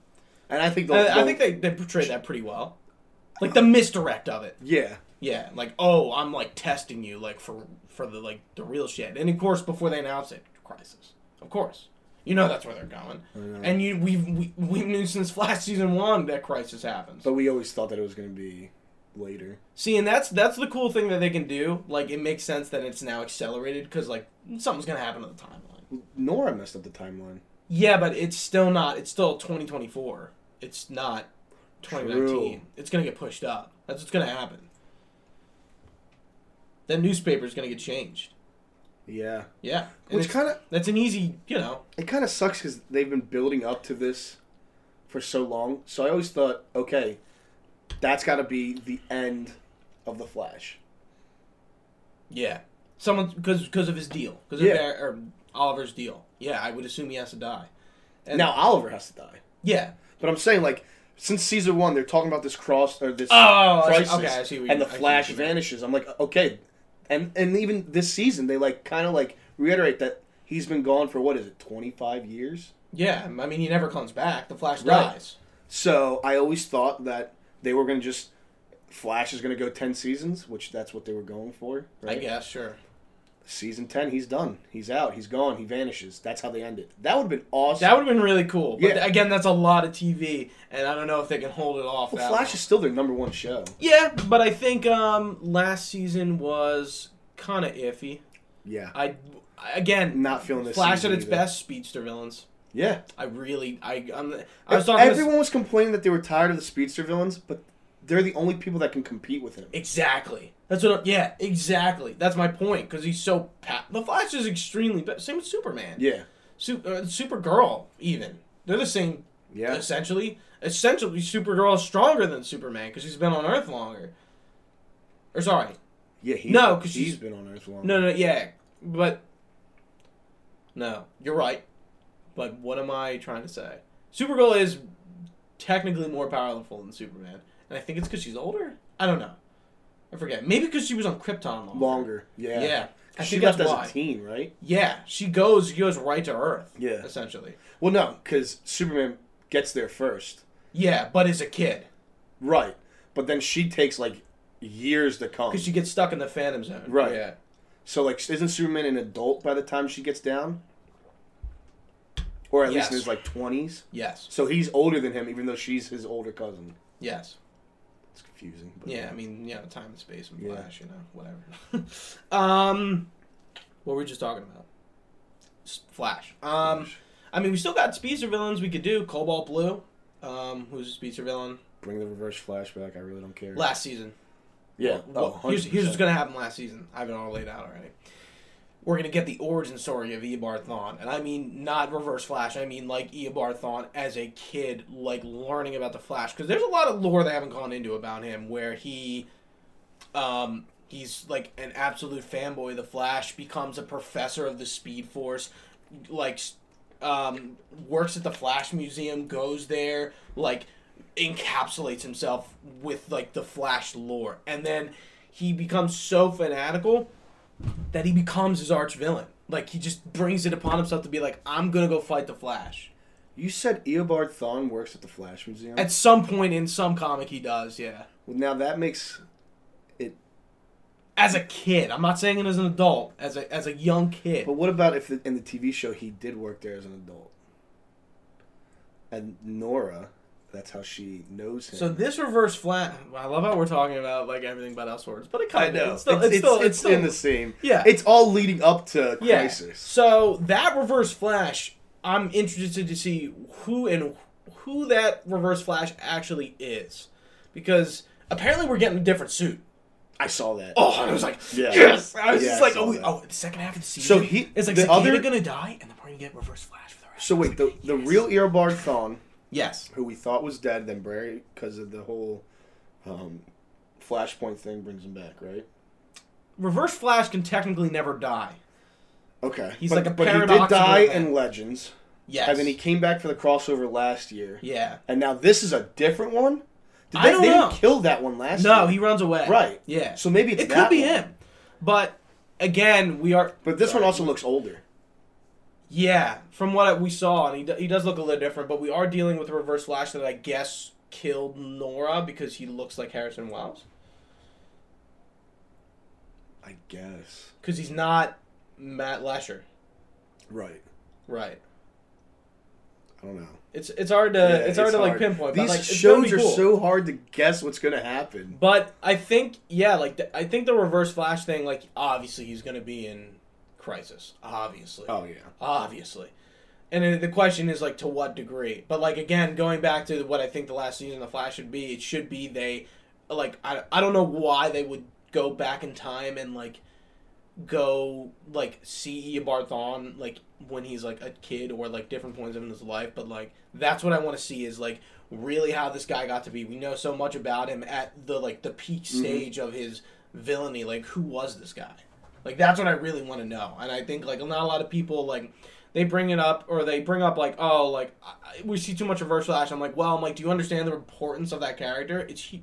And I think the,
Uh, I, I
the-
think they they portrayed that pretty well. Like the misdirect of it.
yeah,
Yeah, like oh, I'm like testing you, like for for the like the real shit. And of course, before they announce it, crisis. Of course, you know that's where they're going. And you, we've we, we knew since Flash season one that crisis happens.
but we always thought that it was going to be later.
See, and that's that's the cool thing that they can do. Like, it makes sense that it's now accelerated because like something's gonna happen to the timeline.
Nora messed up the timeline.
Yeah, but it's still not. It's still 2024. It's not 2019.
True.
It's gonna get pushed up. That's what's gonna happen. That newspaper's gonna get changed.
Yeah,
Yeah, and
which
it's-
kind of
that's an easy, you know.
it kind of sucks because they've been building up to this for so long. So I always thought, okay, that's got to be the end of the Flash.
Yeah, someone because because of his deal, because
Yeah.
of Bar- or Oliver's deal. Yeah, I would assume he has to die. And-
now Oliver has to die,
Yeah.
but I'm saying like since season one, they're talking about this cross or this.
Oh, I see-
crisis,
okay. I see. What
and
you-
the
I see what
Flash
you mean.
vanishes. I'm like, okay, and and even this season they like kind of like reiterate that he's been gone for what is it, 25 years?
Yeah, I mean he never comes back. The Flash
Right.
dies.
So I always thought that they were gonna just Flash is gonna go 10 seasons, which that's what they were going for. Right?
I guess. Sure.
Season 10, he's done. He's out. He's gone. He vanishes. That's how they end it. That would have been awesome.
That would have been really cool. But
Yeah.
again, that's a lot of TV, and I don't know if they can hold it off.
well,
that
Flash
long.
is still their number one show.
Yeah, but I think um last season was kind of iffy.
Yeah.
I again
Not feeling this.
Flash at
season
its
either.
best speedster villains.
Yeah.
I really I I'm, I was talking to
Everyone was complaining that they were tired of the speedster villains, but they're the only people that can compete with him.
Exactly. That's what. I'm, yeah, exactly. That's my point. Because he's so. Pa- the Flash is extremely. But same with Superman.
Yeah.
Su- uh, Supergirl. Even they're the same.
Yeah.
Essentially, essentially, Supergirl is stronger than Superman because she's been on Earth longer. Or sorry,
Yeah, he,
No, 'cause
he's
she's-
been on Earth long.
no, no, yeah, but no, you're right. But what am I trying to say? Supergirl is technically more powerful than Superman, and I think it's because she's older. I don't know. I forget. Maybe because she was on Krypton longer.
longer. Yeah,
Yeah, I
she
think
left
that's
as
why.
a teen, right?
Yeah, she goes. She goes right to Earth.
Yeah.
essentially.
Well, no, because Superman gets there first,
Yeah, but as a kid,
right? But then she takes like years to come.
because she gets stuck in the Phantom Zone.
Right.
Yeah.
so like, isn't Superman an adult by the time she gets down? Or at
Yes.
least in his like twenties.
Yes.
So he's older than him, even though she's his older cousin.
Yes.
It's confusing. But
Yeah. I mean, yeah, time and space and
Yeah.
Flash. You know, whatever. <laughs> um, what were we just talking about? S- Flash. Um, I mean, we still got speedster villains we could do. Cobalt Blue, um, who's a speedster villain
bring the reverse flashback. I really don't care.
last season.
yeah.
Well,
oh,
here's, here's what's
100%.
going to happen last season. I have it all laid out already. We're going to get the origin story of Eobard Thawne. And I mean not Reverse Flash. I mean like Eobard Thawne as a kid, like learning about the Flash. Because there's a lot of lore they haven't gone into about him where he. Um, he's like an absolute fanboy of the Flash, becomes a professor of the Speed Force, like s- um, works at the Flash Museum, goes there, like encapsulates himself with like the Flash lore, and then he becomes so fanatical that he becomes his arch villain. Like he just brings it upon himself to be like, I'm gonna go fight the Flash.
You said Eobard Thawne works at the Flash Museum.
At some point in some comic, he does, yeah.
well, now that makes it
As a kid, I'm not saying it as an adult, as a as a young kid.
But what about if the, in the TV show he did work there as an adult? And Nora, that's how she knows him.
So this reverse flat, I love how we're talking about like everything but Elseworlds, but it
I
kind
know
of it's still it's, still, it's, still
in the same.
Yeah.
it's all leading up to
Yeah.
Crisis.
So that reverse flash, I'm interested to see who and who that reverse flash actually is, because apparently we're getting a different suit.
I saw that.
Oh, and I was like,
Yeah.
yes! I was
Yeah,
just
I
like,
saw
oh, we,
that.
oh, the second half of the season.
So he-
it's like
the
the
other-
gonna die, and then we're gonna get reverse flash for the rest.
So wait, the the real Earbard Thawne
Yes.
who we thought was dead, then Barry, because of the whole um, Flashpoint thing, brings him back, right?
Reverse Flash can technically never die.
Okay.
He's
but,
like a
But he did
paradoxical
die
event.
in Legends,
Yes.
and then he came back for the crossover last year,
yeah.
and now this is a different one. Did
I
they,
don't
they
know.
didn't kill that one last
No,
year.
he runs away.
Right.
Yeah.
So maybe it's
It
that
could be
one.
him, but again, we are.
But this
Sorry.
one also looks older.
Yeah, from what we saw, and he, do- he does look a little different, but we are dealing with a reverse flash that I guess killed Nora because he looks like Harrison Wells.
I guess.
Because he's not Matt Lesher.
Right.
Right.
I don't know.
It's it's hard to
Yeah,
it's hard to like
hard.
pinpoint.
These
but, like, it's gonna
shows
be
are
cool.
so hard to guess what's gonna happen.
But I think yeah, like the, I think the reverse flash thing, like obviously he's gonna be in Crisis, obviously.
Oh yeah.
obviously. And then the question is like to what degree? But like again, going back to what I think the last season of the Flash should be, it should be they like I, I don't know why they would go back in time and like go like see Barthon like when he's like a kid or like different points in his life, but like that's what I want to see is like really how this guy got to be. We know so much about him at the like the peak stage of his villainy. Like who was this guy? Like that's what I really want to know. And I think like not a lot of people like they bring it up or they bring up like oh like I, I- we see too much reverse flash. I'm like well I'm like do you understand the importance of that character? It's he,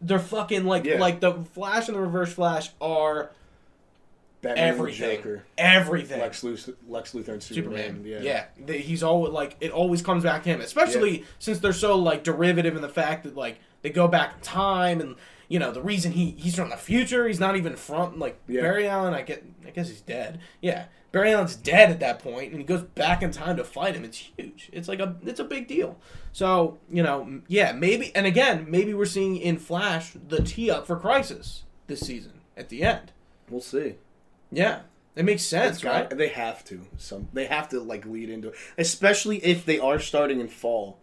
they're fucking like
Yeah.
like the Flash and the Reverse Flash are
Batman and the
everything,
Joker.
everything.
Lex Luthor, Lex Luthor and Superman.
Superman.
Yeah.
Yeah. The- he's always like it always comes back to him, especially since they're so like derivative in the fact that like they go back in time and you know the reason he he's from the future, he's not even from like
Yeah.
Barry Allen. I get I guess he's dead. Yeah, Barry Allen's dead at that point, and he goes back in time to fight him. It's huge. It's like a it's a big deal. So you know m- yeah maybe and again maybe we're seeing in Flash the tee up for Crisis this season at the end.
We'll see.
Yeah, it makes sense,
It's got-
right?
They have to. Some they have to like lead into it, especially if they are starting in fall.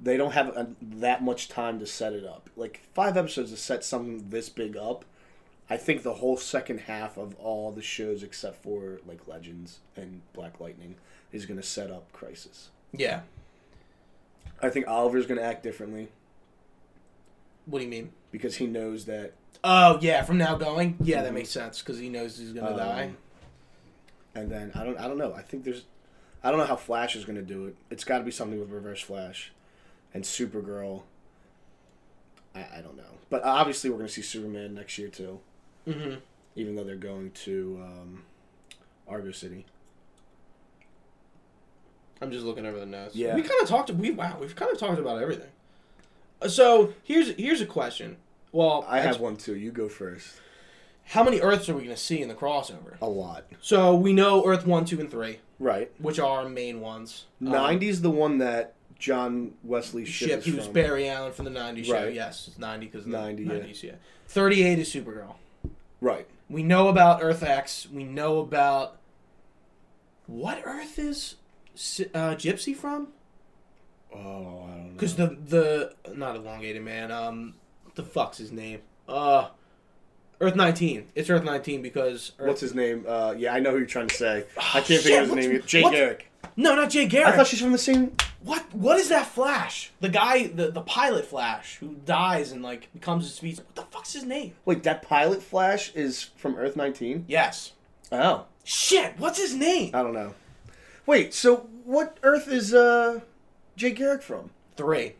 They don't have uh that much time to set it up. Like five episodes to set something this big up. I think the whole second half of all the shows except for like Legends and Black Lightning is going to set up Crisis.
Yeah.
I think Oliver's going to act differently
What do you mean?
because he knows that
Oh yeah, from now going. Yeah, that makes sense because he knows he's gonna
Um,
die.
And then I don't I don't know. I think there's I don't know how Flash is going to do it. It's got to be something with Reverse Flash and Supergirl. I, I don't know. But obviously we're going to see Superman next year too,
hmm
even though they're going to um, Argo City.
I'm just looking over the notes.
Yeah.
we kind of talked. We wow, we've kind of talked about everything. Uh, So here's here's a question. Well,
I
that's-
have one too. You go first.
how many Earths are we gonna see in the crossover?
A lot.
So we know Earth one, two, and three,
Right.
which are our main ones. Um,
90's the one that John Wesley
ship.
Ship,
He
is
was
from.
Barry Allen from the '90s show.
Right.
Yes, it's '90 because
90,
'90s.
yeah.
90s, yeah. Thirty-eight is Supergirl.
Right.
We know about Earth X. We know about what Earth is Si- uh, Gypsy from?
Oh, I don't know.
Because the the not elongated man. Um, the fuck's his name? Uh, Earth nineteen. It's Earth nineteen because Earth,
What's his name? Uh, yeah, I know who you're trying to say. I
shit,
can't think of his
what's-
name. Jake
what's-
Eric.
no, not Jay Garrick.
I thought she's from the same
what what is that Flash? The guy, the the pilot Flash who dies and like becomes a species. What the fuck's his name?
Wait, that pilot flash is from Earth 19?
Yes.
Oh.
Shit. What's his name?
I don't know. Wait, so what Earth is uh Jay Garrick from?
Three.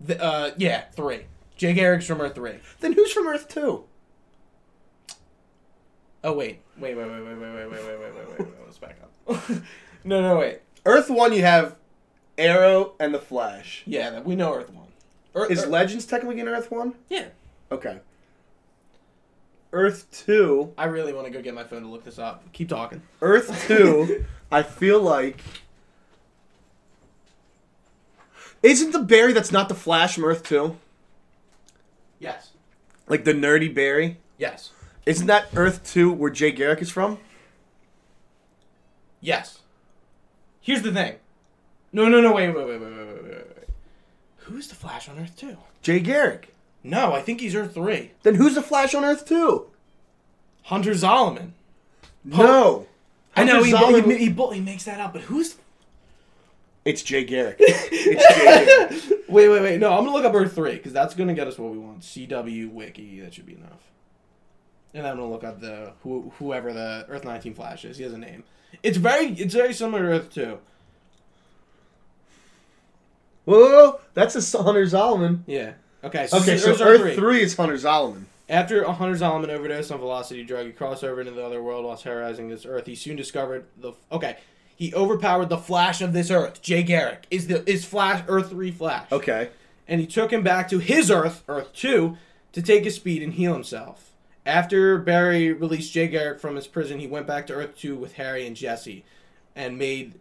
The, uh, yeah, three. Jay Garrick's from Earth three.
Then who's from Earth 2?
Oh wait, wait, wait, wait, wait, wait, wait, wait, wait, wait, wait, wait, wait. Let's back up. <laughs> no, no, wait.
Earth 1 you have Arrow and the Flash.
Yeah, that- we know Earth one. Earth,
Is
Earth-
Legends technically in Earth 1?
yeah.
Okay. Earth 2,
I really want to go get my phone to look this up. Keep talking. <laughs>
Earth 2, I feel like Isn't the Barry that's not the Flash from Earth 2?
Yes.
Like the nerdy Barry?
Yes.
Isn't that Earth 2 where Jay Garrick is from?
Yes. Here's the thing. No, no, no, wait, wait, wait, wait, wait, wait, wait, wait. wait. Who is the Flash on Earth 2?
Jay Garrick.
No, I think he's Earth 3.
Then who's the Flash on Earth 2?
Hunter Zolomon.
No.
I know, he,
Hunter Zolomon-
he, he, he, bu- he makes that up, but who's.
It's
<laughs>
Jay Garrick. It's Jay Garrick.
wait, wait, wait. No, I'm gonna look up Earth Three because that's gonna get us what we want. CW Wiki. That should be enough. And I'm gonna look up the who, whoever the Earth 19 Flash is. He has a name. It's very it's very similar to Earth Two.
Whoa, whoa, whoa, that's a S- Hunter Solomon.
Yeah. Okay. So
Okay,
s-
so
Earth,
Earth,
Three.
3. is Hunter Solomon.
After a Hunter Solomon overdosed on Velocity drug, he crossed over into the other world while terrorizing this Earth. He soon discovered the okay. He overpowered the Flash of this Earth. Jay Garrick is the is Flash Earth Three Flash.
Okay.
and he took him back to his Earth, Earth 2, to take his speed and heal himself. After Barry released Jay Garrick from his prison, he went back to Earth 2 with Harry and Jesse and made.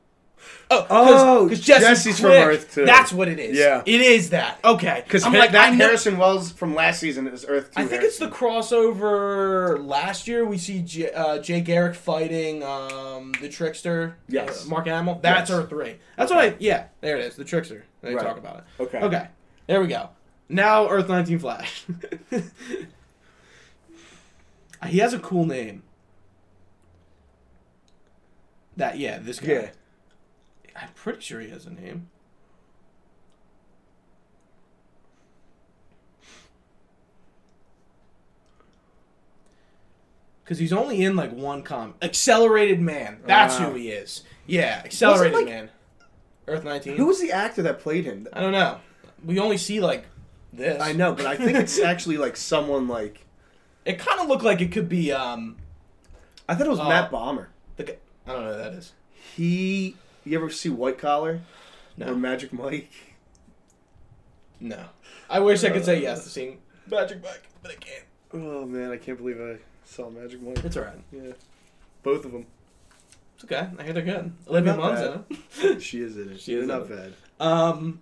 Oh,
Oh,
because Jesse's,
Jesse's from
quick.
Earth 2.
That's what it is.
Yeah.
It is that. Okay.
Because
I'm like,
that
I know-
Harrison Wells from last season is Earth 2.
I think it's the crossover last year. We see J- uh, Jay Garrick fighting um, the Trickster.
Yes.
uh, Mark Hamill. That's
Yes.
Earth 3. That's what I. Yeah, there it is. The Trickster. They
Right.
talk about it.
Okay.
Okay, there we go. Now Earth 19 Flash. <laughs> he has a cool name. That yeah, this guy.
Yeah.
I'm pretty sure he has a name. Cause he's only in like one comic. Accelerated Man. That's
Wow.
who he is. Yeah, Accelerated
Ah. like-
Man. Earth 19.
Who was the actor that played him?
I don't know. We only see like this.
I know, but I think
<laughs>
it's actually like someone like.
it kind of looked like it could be um.
I thought it was
Oh.
Matt Bomber.
The g- I don't know who that is.
He. You ever see White Collar? Or
No,
Magic Mike?
no. I wish I could say yes to seeing Magic Mike, but I can't.
Oh man, I can't believe I saw Magic Mike.
It's alright.
Yeah. Both of them.
<laughs> It's okay. I hear they're good. Olivia
Not
Munn's
bad.
in it.
She is in it.
She is
Not
in
bad.
<laughs> um,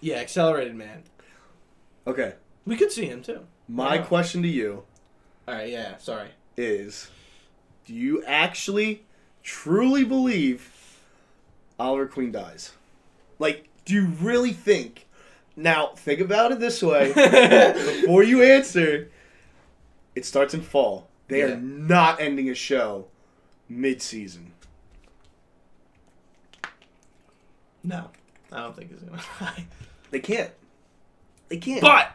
yeah, Accelerated Man.
Okay.
We could see him too.
My
Wow.
question to you
All right. Yeah. Sorry. <laughs>
is do you actually truly believe Oliver Queen dies? Like, do you really think? Now, think about it
<laughs>
this way before you answer. It starts in fall. They
Yeah.
are not ending a show mid-season.
No, I don't think he's gonna. <laughs> die.
They can't. They can't.
but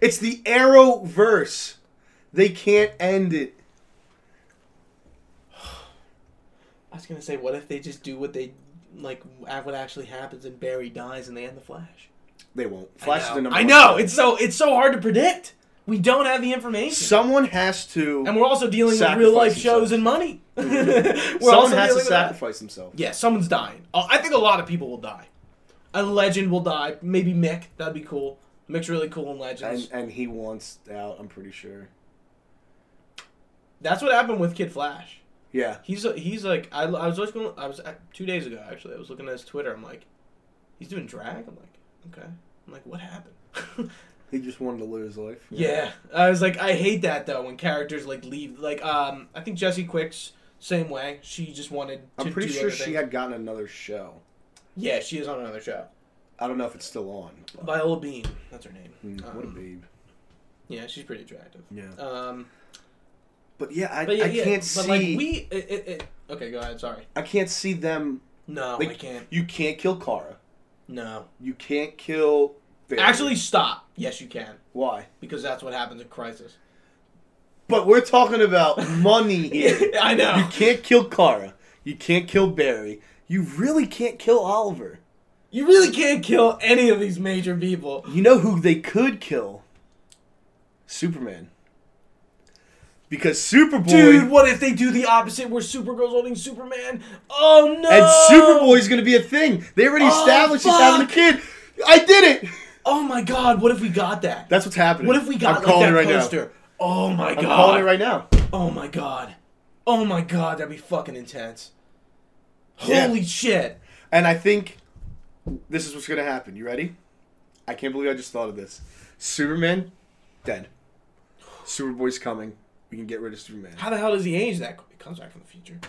it's the Arrow verse. They can't end it.
I was gonna say, what if they just do what they like? a- What actually happens and Barry dies and they end the Flash?
They won't. Flash
I
is
know.
the number.
I
one
know.
show.
It's so it's so hard to predict. We don't have the information,
someone has to.
and we're also dealing with real life
Sacrifice
shows
themselves.
and
<laughs>
money. We're
someone
also dealing
has to
with that.
sacrifice themselves.
Yeah, someone's dying. Uh, I think a lot of people will die. A legend will die. Maybe Mick. That'd be cool. Mick's really cool in Legends.
And and he wants out. I'm pretty sure.
That's what happened with Kid Flash.
Yeah.
He's uh, he's like I, I was just going I was uh, two days ago actually I was looking at his Twitter I'm like he's doing drag I'm like okay I'm like what happened <laughs>
He just wanted to live his life.
yeah I was like I hate that though when characters like leave like um I think Jessie Quick's same way she just wanted to
I'm pretty
do
sure
other
she
things.
had gotten another show.
yeah she is on another show
I don't know if it's still on. but-
Viola Bean that's her name
Mm, what a
Um,
babe.
yeah she's pretty attractive
Yeah.
um
But yeah, I,
but yeah,
I
yeah,
can't see.
but like we it, it, it, okay go ahead sorry
I can't see them.
no
Like,
I can't
You can't kill Kara.
no
You can't kill. Barry.
actually stop yes you can
why?
because that's what happens in Crisis.
But we're
<laughs>
talking about money here.
I know.
You can't kill Kara. You can't kill Barry. You really can't kill Oliver.
You really can't kill any of these major people.
You know who they could kill? Superman. Because Superboy
Dude, what if they do the opposite where Supergirl's holding Superman? Oh no!
and Superboy's gonna be a thing. They already
Oh,
established he's
fuck.
having a kid. I did it.
Oh my god, what if we got that?
That's what's happening.
what if we got
I'm
like that
calling it right
poster?
now.
Oh my
I'm
god.
calling it right now.
Oh my god. Oh my god, that'd be fucking intense.
Yeah.
Holy shit.
And I think this is what's gonna happen. You ready? I can't believe I just thought of this. Superman, dead. Superboy's coming. We can get rid of Superman.
How the hell does he age that? quick? He comes back from the future.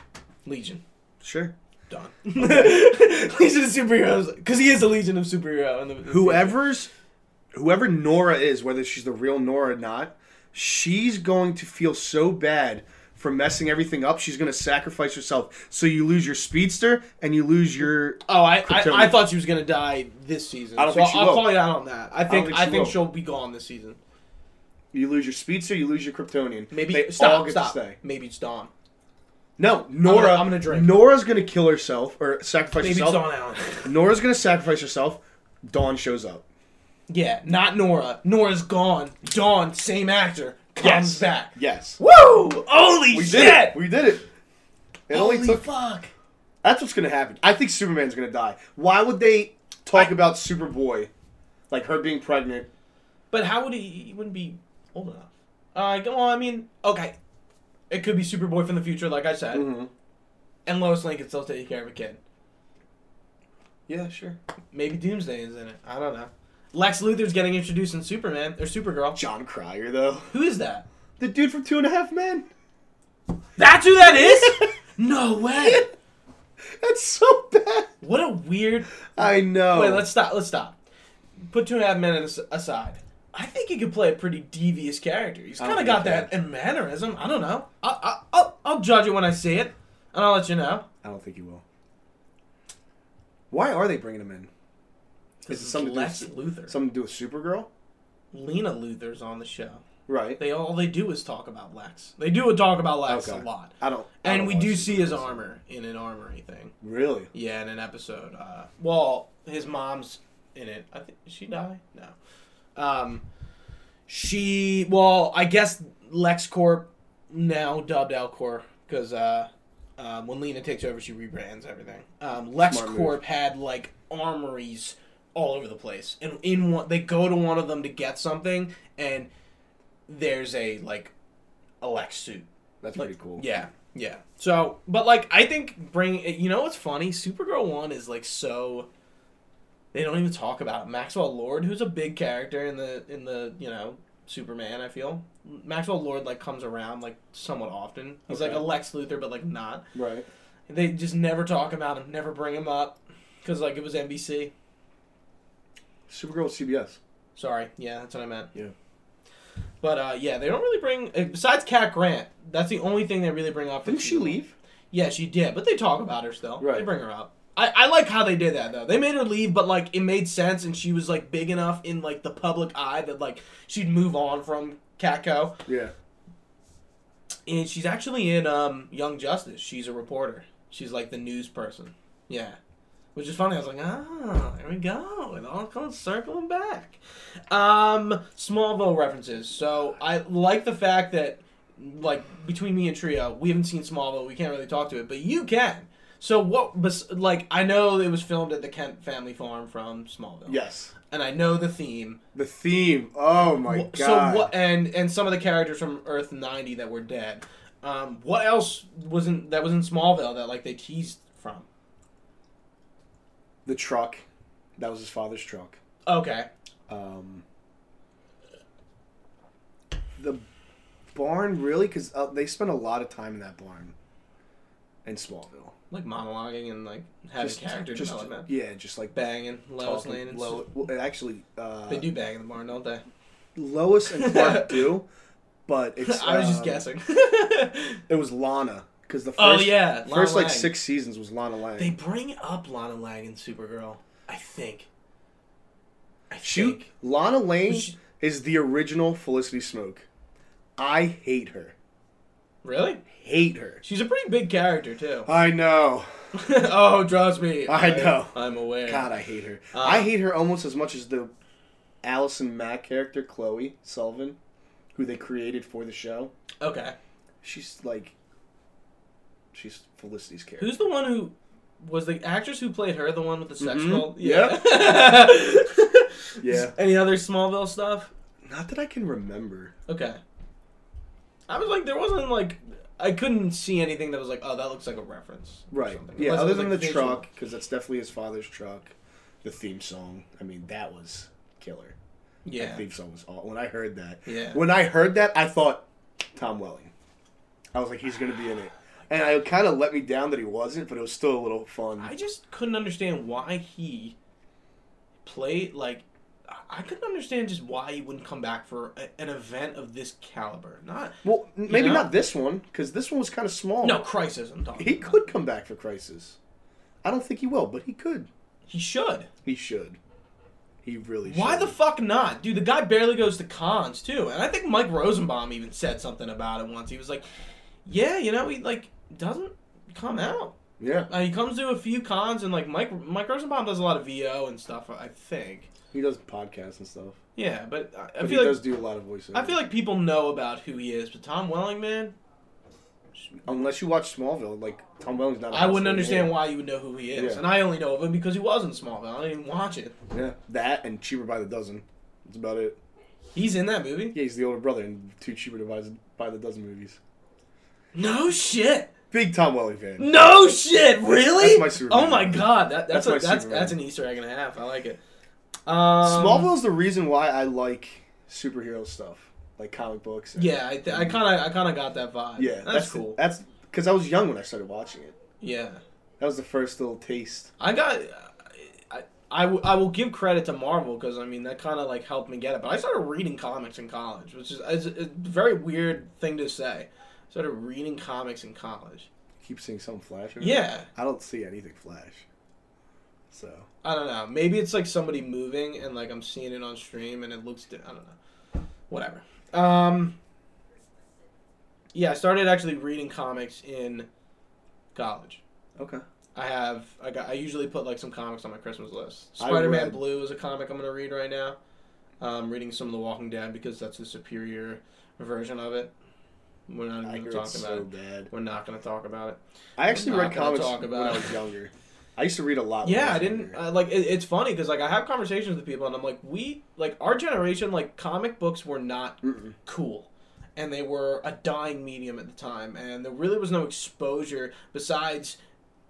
Legion.
Sure. <laughs>
Done. Legion of superheroes. Because he is a Legion of superhero. In the, in the
whoever's whoever Nora is, whether she's the real Nora or not, she's going to feel so bad for messing everything up, she's gonna sacrifice herself. So you lose your speedster and you lose your.
Oh, I, I, I
Kryptonian.
thought she was gonna die this season.
I don't
so
think she
I'll, I'll
will.
call you out on that. I think I,
think she
think,
will.
she'll be gone this season.
You lose your speedster. You lose your Kryptonian.
Maybe
they
stop.
all get
stop.
to stay.
Maybe it's Dawn.
No, Nora.
I'm gonna drink.
Nora's gonna kill herself or sacrifice
Maybe it's
herself.
Dawn Allen.
Nora's gonna sacrifice herself. Dawn shows up.
<laughs> yeah, not Nora. Nora's gone. Dawn, same actor, comes
Yes.
back.
Yes.
Woo! Holy
We
shit!
did it. We did it. It
Holy
only took.
fuck!
That's what's gonna happen. I think Superman's gonna die. Why would they talk about Superboy, like her being pregnant?
But how would he? He wouldn't be old enough. Uh, well, I mean, okay, it could be Superboy from the future, like I said,
Mm-hmm.
and Lois Lane can still take care of a kid.
Yeah, sure.
Maybe Doomsday is in it. I don't know. Lex Luthor's getting introduced in Superman or Supergirl.
John Cryer though,
Who is that?
the dude from Two and a Half Men.
That's who that
<laughs>
is? no way.
That's so bad.
What a weird.
I know.
Wait, let's stop. Let's stop. Put two and a half minutes aside. I think he could play a pretty devious character. He's
I
kind of got
don't think he
that mannerism. I don't know. I'll, i I'll, I'll judge it when I see it, and I'll let you know.
I don't think he will. Why are they bringing him in?
This is
something to do
Lex
with-
Luthor.
Something to do with Supergirl?
Lena Luthor's on the show.
Right.
They all they do is talk about Lex. They do talk about Lex
Okay.
a lot,
I don't. I
and
don't
we
watch
do
Supergirl,
see his
so-
armor in an armory thing.
Really?
Yeah, in an episode. Uh, well, his mom's in it. I think did she die. No. Um, she. Well, I guess LexCorp now dubbed Alcor because uh, um, when Lena takes over, she rebrands everything. Um, LexCorp
move.
had like armories all over the place, and in one they go to one of them to get something, and there's a like a Lex suit.
That's
Like,
pretty cool.
Yeah, yeah. So, but like, I think bring you know what's funny? Supergirl one is like so. They don't even talk about it. Maxwell Lord, who's a big character in the in the you know Superman. I feel Maxwell Lord like comes around like somewhat often. He's like
Okay.
a Lex Luthor, but like not.
Right.
They just never talk about him, never bring him up, because like it was NBC.
Supergirl CBS.
Sorry, yeah, that's what I meant.
Yeah.
But uh, yeah, they don't really bring eh, besides Cat Grant. That's the only thing they really bring up. for
Didn't she
season one.
leave?
Yeah, she did, but they talk about her still. They
Right.
bring her up. I, I like how they did that though. They made her leave, but like it made sense, and she was like big enough in like the public eye that like she'd move on from Catco.
Yeah.
And she's actually in um Young Justice. She's a reporter. She's like the news person. Yeah, which is funny. I was like, ah, there we go. It all comes circling back. Um, Smallville references. So I like the fact that like between me and Trio, we haven't seen Smallville. We can't really talk to it, but you can. So what? Bes- like I know it was filmed at the Kent family farm from Smallville.
Yes.
and I know the theme.
The theme. Oh my
Wh-
god.
So what? And and some of the characters from Earth ninety that were dead. Um, what else wasn't that was in Smallville that like they teased from?
The truck. That was his father's truck.
Okay,
Um. The barn really, because uh, they spent a lot of time in that barn. In Smallville.
like monologuing and like having character
just,
development,
Yeah, just like
banging Lois
talking-
Lane. And
Lo-
stuff.
well, actually, uh,
they do bang in the barn, don't they? <laughs>
Lois and Clark do, but it's.
I was just
um,
guessing. <laughs>
It was Lana because the first,
oh yeah, Lana
first like
Lang.
six seasons was Lana Lang.
They bring up Lana Lang in Supergirl, I think. I
Shoot,
think.
Lana Lang
She-
is the original Felicity Smoke. I hate her.
Really?
Hate her.
She's a pretty big character too.
I know.
<laughs> oh, trust me.
I know.
I'm aware.
God, I hate her.
Uh,
I hate her almost as much as the Allison Mack character, Chloe Sullivan, who they created for the show.
Okay.
She's like, she's Felicity's character.
Who's the one who was the actress who played her the one with the sexual?
Yep.
Yeah.
Mm-hmm. <laughs> Yeah.
Any other Smallville stuff?
Not that I can remember.
Okay. I was like, there wasn't like, I couldn't see anything that was like, oh, that looks like a reference. or
Right.
something.
Yeah.
Unless it
Other
was,
than
like,
the
visual.
truck, because that's definitely his father's truck. The theme song. I mean, that was killer. That
Yeah.
theme song was all. When I heard that,
Yeah.
when I heard that, I thought Tom Welling. I was like, he's gonna be in it, and I kind of let me down that he wasn't, but it was still a little fun.
I just couldn't understand why he played like I- I couldn't understand just why he wouldn't come back for a, an event of this caliber. Not
Well, n- maybe
know?
not this one because this one was kind of small.
no crisis. I'm talking.
he
about.
could come back for Crisis. I don't think he will, but he could.
He should.
He should. He really.
Why
should.
the fuck not, dude? The guy barely goes to cons too, and I think Mike Rosenbaum even said something about it once. He was like, "Yeah, you know, he like doesn't come out.
yeah,
Uh, he comes to a few cons, and like Mike Mike Rosenbaum does a lot of VO and stuff. I think.
he does podcasts and stuff.
Yeah, but I, I
But he
feel like
does do a lot of voiceover.
I feel like people know about who he is, but Tom Welling, man,
unless you watch Smallville, like Tom Welling's not. I
I wouldn't understand why you would know who he is,
Yeah.
and I only know of him because he was in Smallville. I didn't even watch it.
Yeah, that and cheaper by the dozen. That's about it.
He's in that movie.
Yeah, he's the older brother in two cheaper by the- by the dozen movies.
No shit.
Big Tom Welling fan.
No shit, really?
That's my Superman.
oh my god, that, that's
That's
a,
my
that's
Superman.
that's an Easter egg and a half. I like it. Um,
Smallville's the reason why I like superhero stuff, like comic books. and-
Yeah, I th- I kind of I kind of got that vibe.
yeah,
that's, cool.
That's because I was young when I started watching it.
yeah,
That was the first little taste.
I got. I, I, w- I will give credit to Marvel because I mean that kind of like helped me get it. But I started reading comics in college, which is it's a very weird thing to say. I started reading comics in college.
Keep seeing something flash. over there.
Yeah,
I don't see anything flash. So
I don't know. Maybe it's like somebody moving and like I'm seeing it on stream and it looks. Di- I don't know. Whatever. Um. Yeah, I started actually reading comics in college.
okay,
I have I got I usually put like some comics on my Christmas list.
I
Spider Man
read-
Blue is a comic I'm gonna read right now. I'm reading some of The Walking Dead because that's the superior version of it. We're not
I
even
hear
gonna
it's
talk about
so
it.
bad.
We're not gonna talk about it.
I actually
We're not
read
gonna
comics
talk
when
about
I
it.
was younger. I used to read a lot. when
yeah i
was
didn't
younger.
uh, like it, it's funny because like i have conversations with people and i'm like we like our generation like comic books were not
Mm-mm.
cool and they were a dying medium at the time and there really was no exposure besides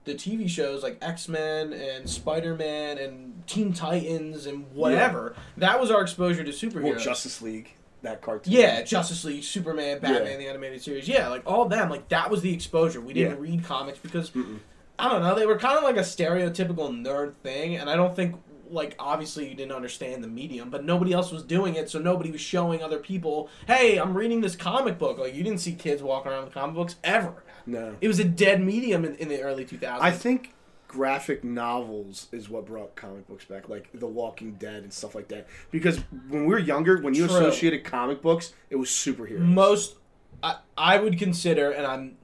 the tv shows like x-men and spider-man and teen titans and whatever that was our exposure to superheroes
Well, Justice League, that cartoon.
yeah, Justice League, Superman, Batman,
Yeah.
the animated series. Yeah, like all them. Like that was the exposure. We didn't
Yeah.
read comics because
Mm-mm.
I don't know. They were kind of like a stereotypical nerd thing, and I don't think like obviously you didn't understand the medium, but nobody else was doing it, so nobody was showing other people, "Hey, I'm reading this comic book." Like you didn't see kids walking around with comic books ever.
No.
It was a dead medium in, in the early 2000s.
I think graphic novels is what brought comic books back, like The Walking Dead and stuff like that. Because when we were younger, when you
True.
associated comic books, it was superheroes.
most I, I would consider and i'm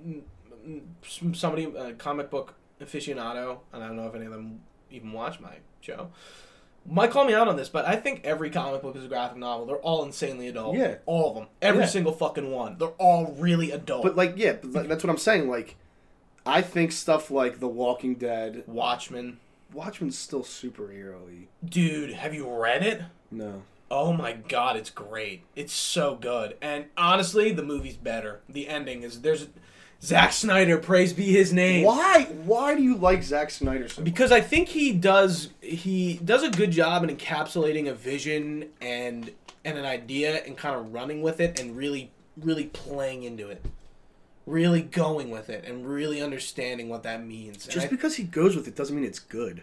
mm, mm, somebody a comic book aficionado and i don't know if any of them even watch my show might call me out on this but i think every comic book is a graphic novel they're all insanely adult
Yeah.
all of them every
Yeah.
single fucking one they're all really adult
but like, yeah, but like, that's what I'm saying. Like, I think stuff like The Walking Dead,
watchmen
Watchmen's still superhero-y.
dude have you read it
No,
Oh my god, it's great. It's so good. And honestly, the movie's better. The ending is there's Zack Snyder, praise be his name.
why? Why do you like Zack Snyder so? much?
because I think he does he does a good job in encapsulating a vision and and an idea and kind of running with it and really really playing into it, really going with it and really understanding what that means. And
Just
I-
because he goes with it doesn't mean it's good.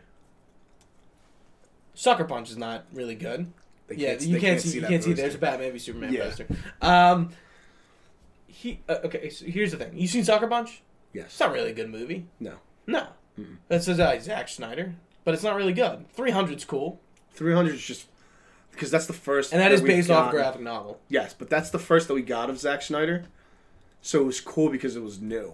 Sucker Punch is not really good.
They
yeah,
can't-
you
they
can't, see, you
that
can't see.
poster.
There's a Batman v Superman
Yeah.
poster. Um, he uh, okay. So here's the thing. You seen Sucker Punch? It's
Yes.
not really a good movie.
No.
No,
Mm-mm.
that says uh, Zack Snyder, but it's not really good. 300's cool,
Three hundred is just because that's the first,
and that is
we've
based off
gotten.
graphic novel.
Yes, but that's the first that we got of Zack Snyder. So it was cool because it was new.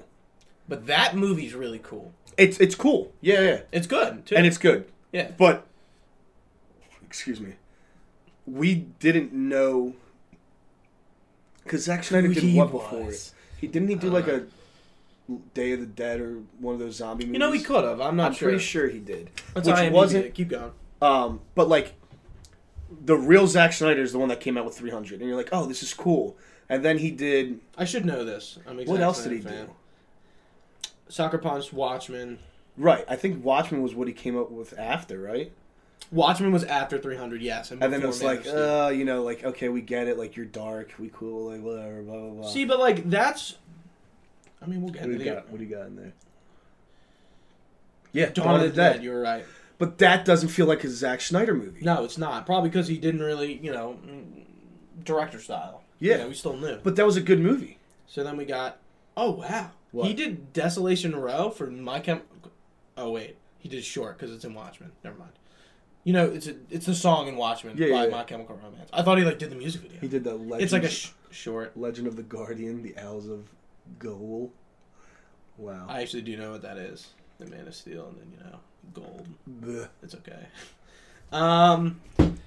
But that movie's really cool.
It's it's cool. Yeah, yeah.
It's good too.
And it's good.
yeah,
But excuse me. We didn't know cuz Zack Snyder
Who
did
he
what before
was.
it. He didn't he do
Uh,
like a Day of the Dead or one of those zombie movies?
you know he could have. I'm not
I'm
sure.
pretty sure he did.
That's
which
IMDb.
wasn't
Keep going.
um but like the real Zack Snyder is the one that came out with 300 and you're like, "Oh, this is cool." And then he did
I should know this. I'm a
what
Zack
else did
Snyder
he
fan.
do?
Sucker Punch, Watchmen.
Right. I think Watchmen was what he came up with after, right?
Watchmen was after 300, yes.
And then it
before
was
Man
like,
of Steel.
uh, you know, like, okay, we get it. Like, you're dark. We cool. Like, whatever, blah, blah, blah.
See, but like that's. I mean, we'll get
what do
into
you
the
got? What do you got in there? Yeah,
Dawn, of the Dead. You were right.
But that doesn't feel like a Zack Snyder movie.
No, it's not. Probably because he didn't really, you know, mm, director style.
Yeah.
You know, he still knew.
But that was a good movie.
so then we got, oh wow,
What?
he did Desolation Row for My Chem. Oh wait, he did short because it's in Watchmen. Never mind. You know, it's a it's a song in Watchmen
Yeah,
by
yeah, yeah.
My Chemical Romance. I thought he like did the music video.
He did the Legend.
it's like a sh- short.
Legend of the Guardian, the Owls of Goal. Wow.
I actually do know what that is. The Man of Steel, and then you know, gold.
Bleh.
It's okay. <laughs> Um, but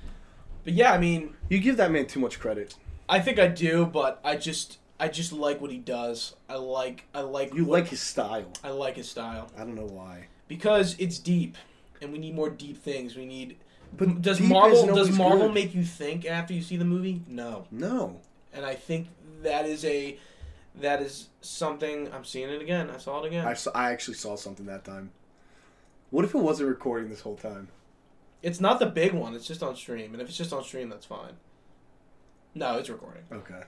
yeah, I mean,
You give that man too much credit.
I think I do, but I just I just like what he does. I like I like
You
what-
like his style.
I like his style
I don't know why.
because it's deep, and we need more deep things. We need.
But
does
deep
Marvel
isn't
does
always
Marvel
good.
make you think after you see the movie? No,
No.
and I think that is a that is something I'm seeing it again. I saw it again.
<laughs> I, saw, I actually saw something that time. What if it wasn't recording this whole time?
It's not the big one. It's just on stream, and if it's just on stream, that's fine. No, it's recording.
Okay.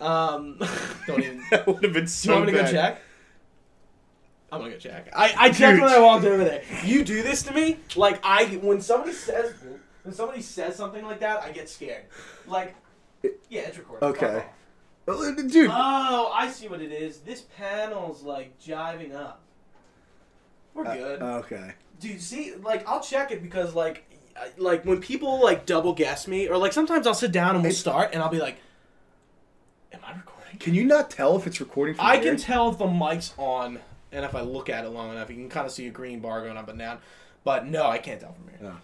Um, <laughs> don't even.
<laughs> that would have been so
Do you want me to
bad.
go check? I'm gonna go check. I, I checked when I walked <laughs> over there. You do this to me, like I when somebody says when somebody says something like that, I get scared. Like, yeah, it's recorded.
Okay.
Fuck
Uh, Dude,
off. Oh, I see what it is. This panel's like jiving up. We're
Uh,
good,
Okay.
dude. See, like I'll check it because like I- like when people like double guess me or like sometimes I'll sit down and we'll
It's-
start and I'll be like, am I recording?
Can you not tell if it's recording? From
I
here?
can tell if the mic's on, and if I look at it long enough, you can kind of see a green bar going up and down. But no, I can't tell from here.
No.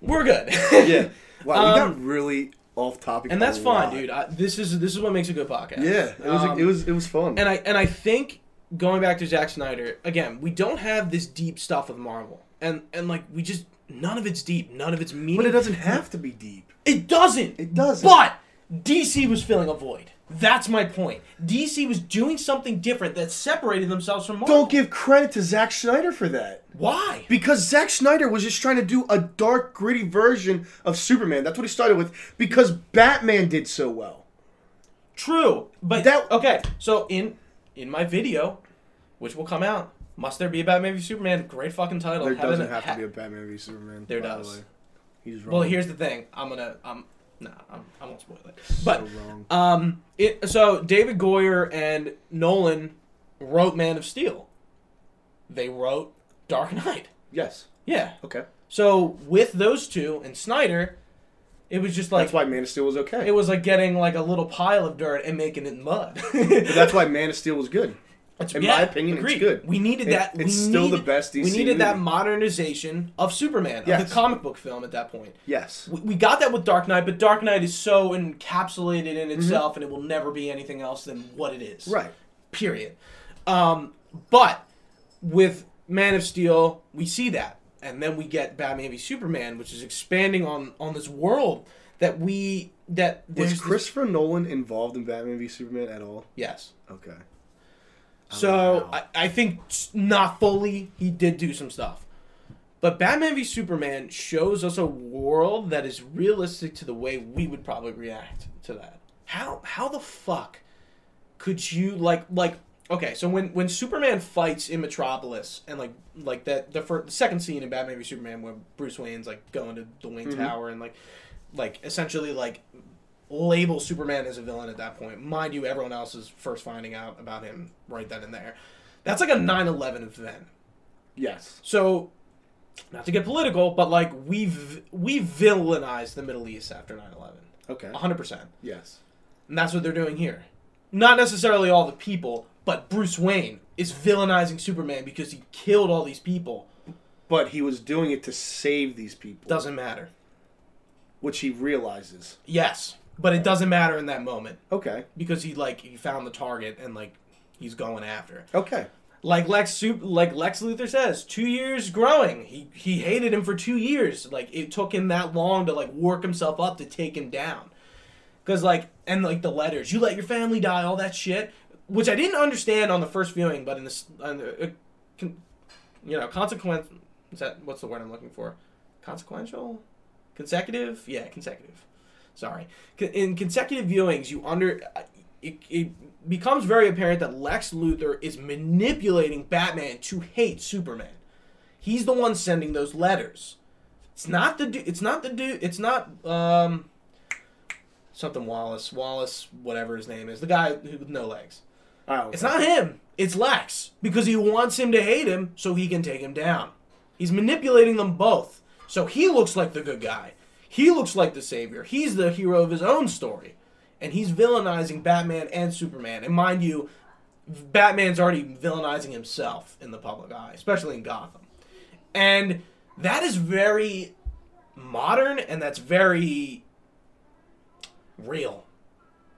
We're good.
<laughs>
<laughs>
yeah. Wow, we got
Um,
really off topic.
and
a
that's fine,
lot.
dude. I, this is this is what makes a good podcast.
Yeah, it was
Um,
it was it was fun.
And I and I think going back to Zack Snyder again, we don't have this deep stuff with Marvel, and and like we just none of it's deep, none of it's meaningful.
but it doesn't have to be deep.
It doesn't.
It doesn't.
But DC was filling a void. That's my point. DC was doing something different that separated themselves from Marvel.
Don't give credit to Zack Schneider for that.
Why?
Because Zack Schneider was just trying to do a dark, gritty version of Superman. That's what he started with. Because Batman did so well.
True, but
That-
okay. So in in my video, which will come out, must there be a Batman v Superman? Great fucking title.
There
Haven't-
doesn't have
ha-
to be a Batman v Superman.
There
by the
does.
way. He's wrong.
well, here's the thing. I'm gonna. I'm. Nah. I'm, I won't spoil it. But
so
<laughs>
wrong.
um, it. So David Goyer and Nolan wrote Man of Steel. They wrote Dark Knight.
Yes.
Yeah.
Okay.
So with those two and Snyder, it was just like
That's why Man of Steel was okay.
it was like getting like a little pile of dirt and making it mud.
but <laughs> that's why Man of Steel was good.
It's-
In my opinion, it's good.
We needed
It-
that. we
it's still the
needed-
best
We
DC
needed that
movie.
modernization of Superman, of
Yes.
the comic book film at that point.
Yes.
We, we got that with Dark Knight, but Dark Knight is so encapsulated in itself, and it will never be anything else than what it is.
Right.
Period. Um, but with Man of Steel, we see that, and then we get Batman v Superman, which is expanding on on this world that we that
Was
there's this-
Christopher Nolan involved in Batman v Superman at all?
yes.
Okay.
So
Wow.
I, I think s- not fully he did do some stuff. But Batman v Superman shows us a world that is realistic to the way we would probably react to that. How how the fuck could you like like okay, so when when Superman fights in Metropolis and like like that the first the second scene in Batman v Superman where Bruce Wayne's like going to the Wayne Tower and like like essentially like label Superman as a villain at that point. Mind you, everyone else is first finding out about him right then and there. That's like a 9 11 event.
Yes.
So, not to get political, but like we v- we villainized the Middle East after 9 11.
Okay.
100%.
Yes.
And that's what they're doing here. Not necessarily all the people, but Bruce Wayne is villainizing Superman because he killed all these people.
But he was doing it to save these people,
Doesn't matter.
which he realizes.
Yes, but it doesn't matter in that moment
Okay.
because he like he found the target and like he's going after. it.
Okay.
like Lex Sup- like Lex Luthor says, two years growing. He he hated him for two years. Like it took him that long to like work himself up to take him down. Cause like and like the letters, you let your family die, all that shit, which I didn't understand on the first viewing, but in this, on the, uh, con, you know, consequence. Is that what's the word I'm looking for? Consequential, consecutive. Yeah, consecutive. Sorry. Con- In consecutive viewings, you under uh, it, it becomes very apparent that Lex Luthor is manipulating Batman to hate Superman. He's the one sending those letters. It's not the dude. It's not the dude. It's not um something Wallace. Wallace, whatever his name is, the guy who- with no legs.
I don't
It's
know.
not him. It's Lex because he wants him to hate him so he can take him down. He's manipulating them both. So he looks like the good guy. He looks like the savior. He's the hero of his own story. And he's villainizing Batman and Superman. And mind you, Batman's already villainizing himself in the public eye, especially in Gotham. And that is very modern and that's very real.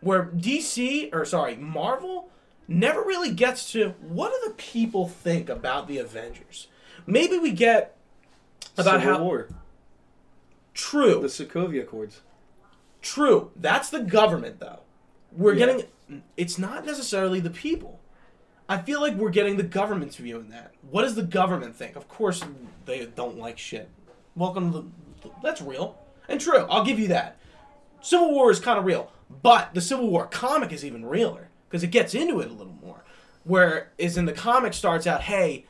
Where DC, or sorry, Marvel never really gets to what do the people think about the Avengers? Maybe we get about
Civil
how
War,
true.
the Sokovia Accords.
True. That's the government, though. We're
Yeah.
getting. It's not necessarily the people. I feel like we're getting the government's view in that. What does the government think? Of course, they don't like shit. Welcome to the. That's real and true. I'll give you that. Civil War is kind of real, but the Civil War comic is even realer because it gets into it a little more. Whereas in the comic starts out, hey,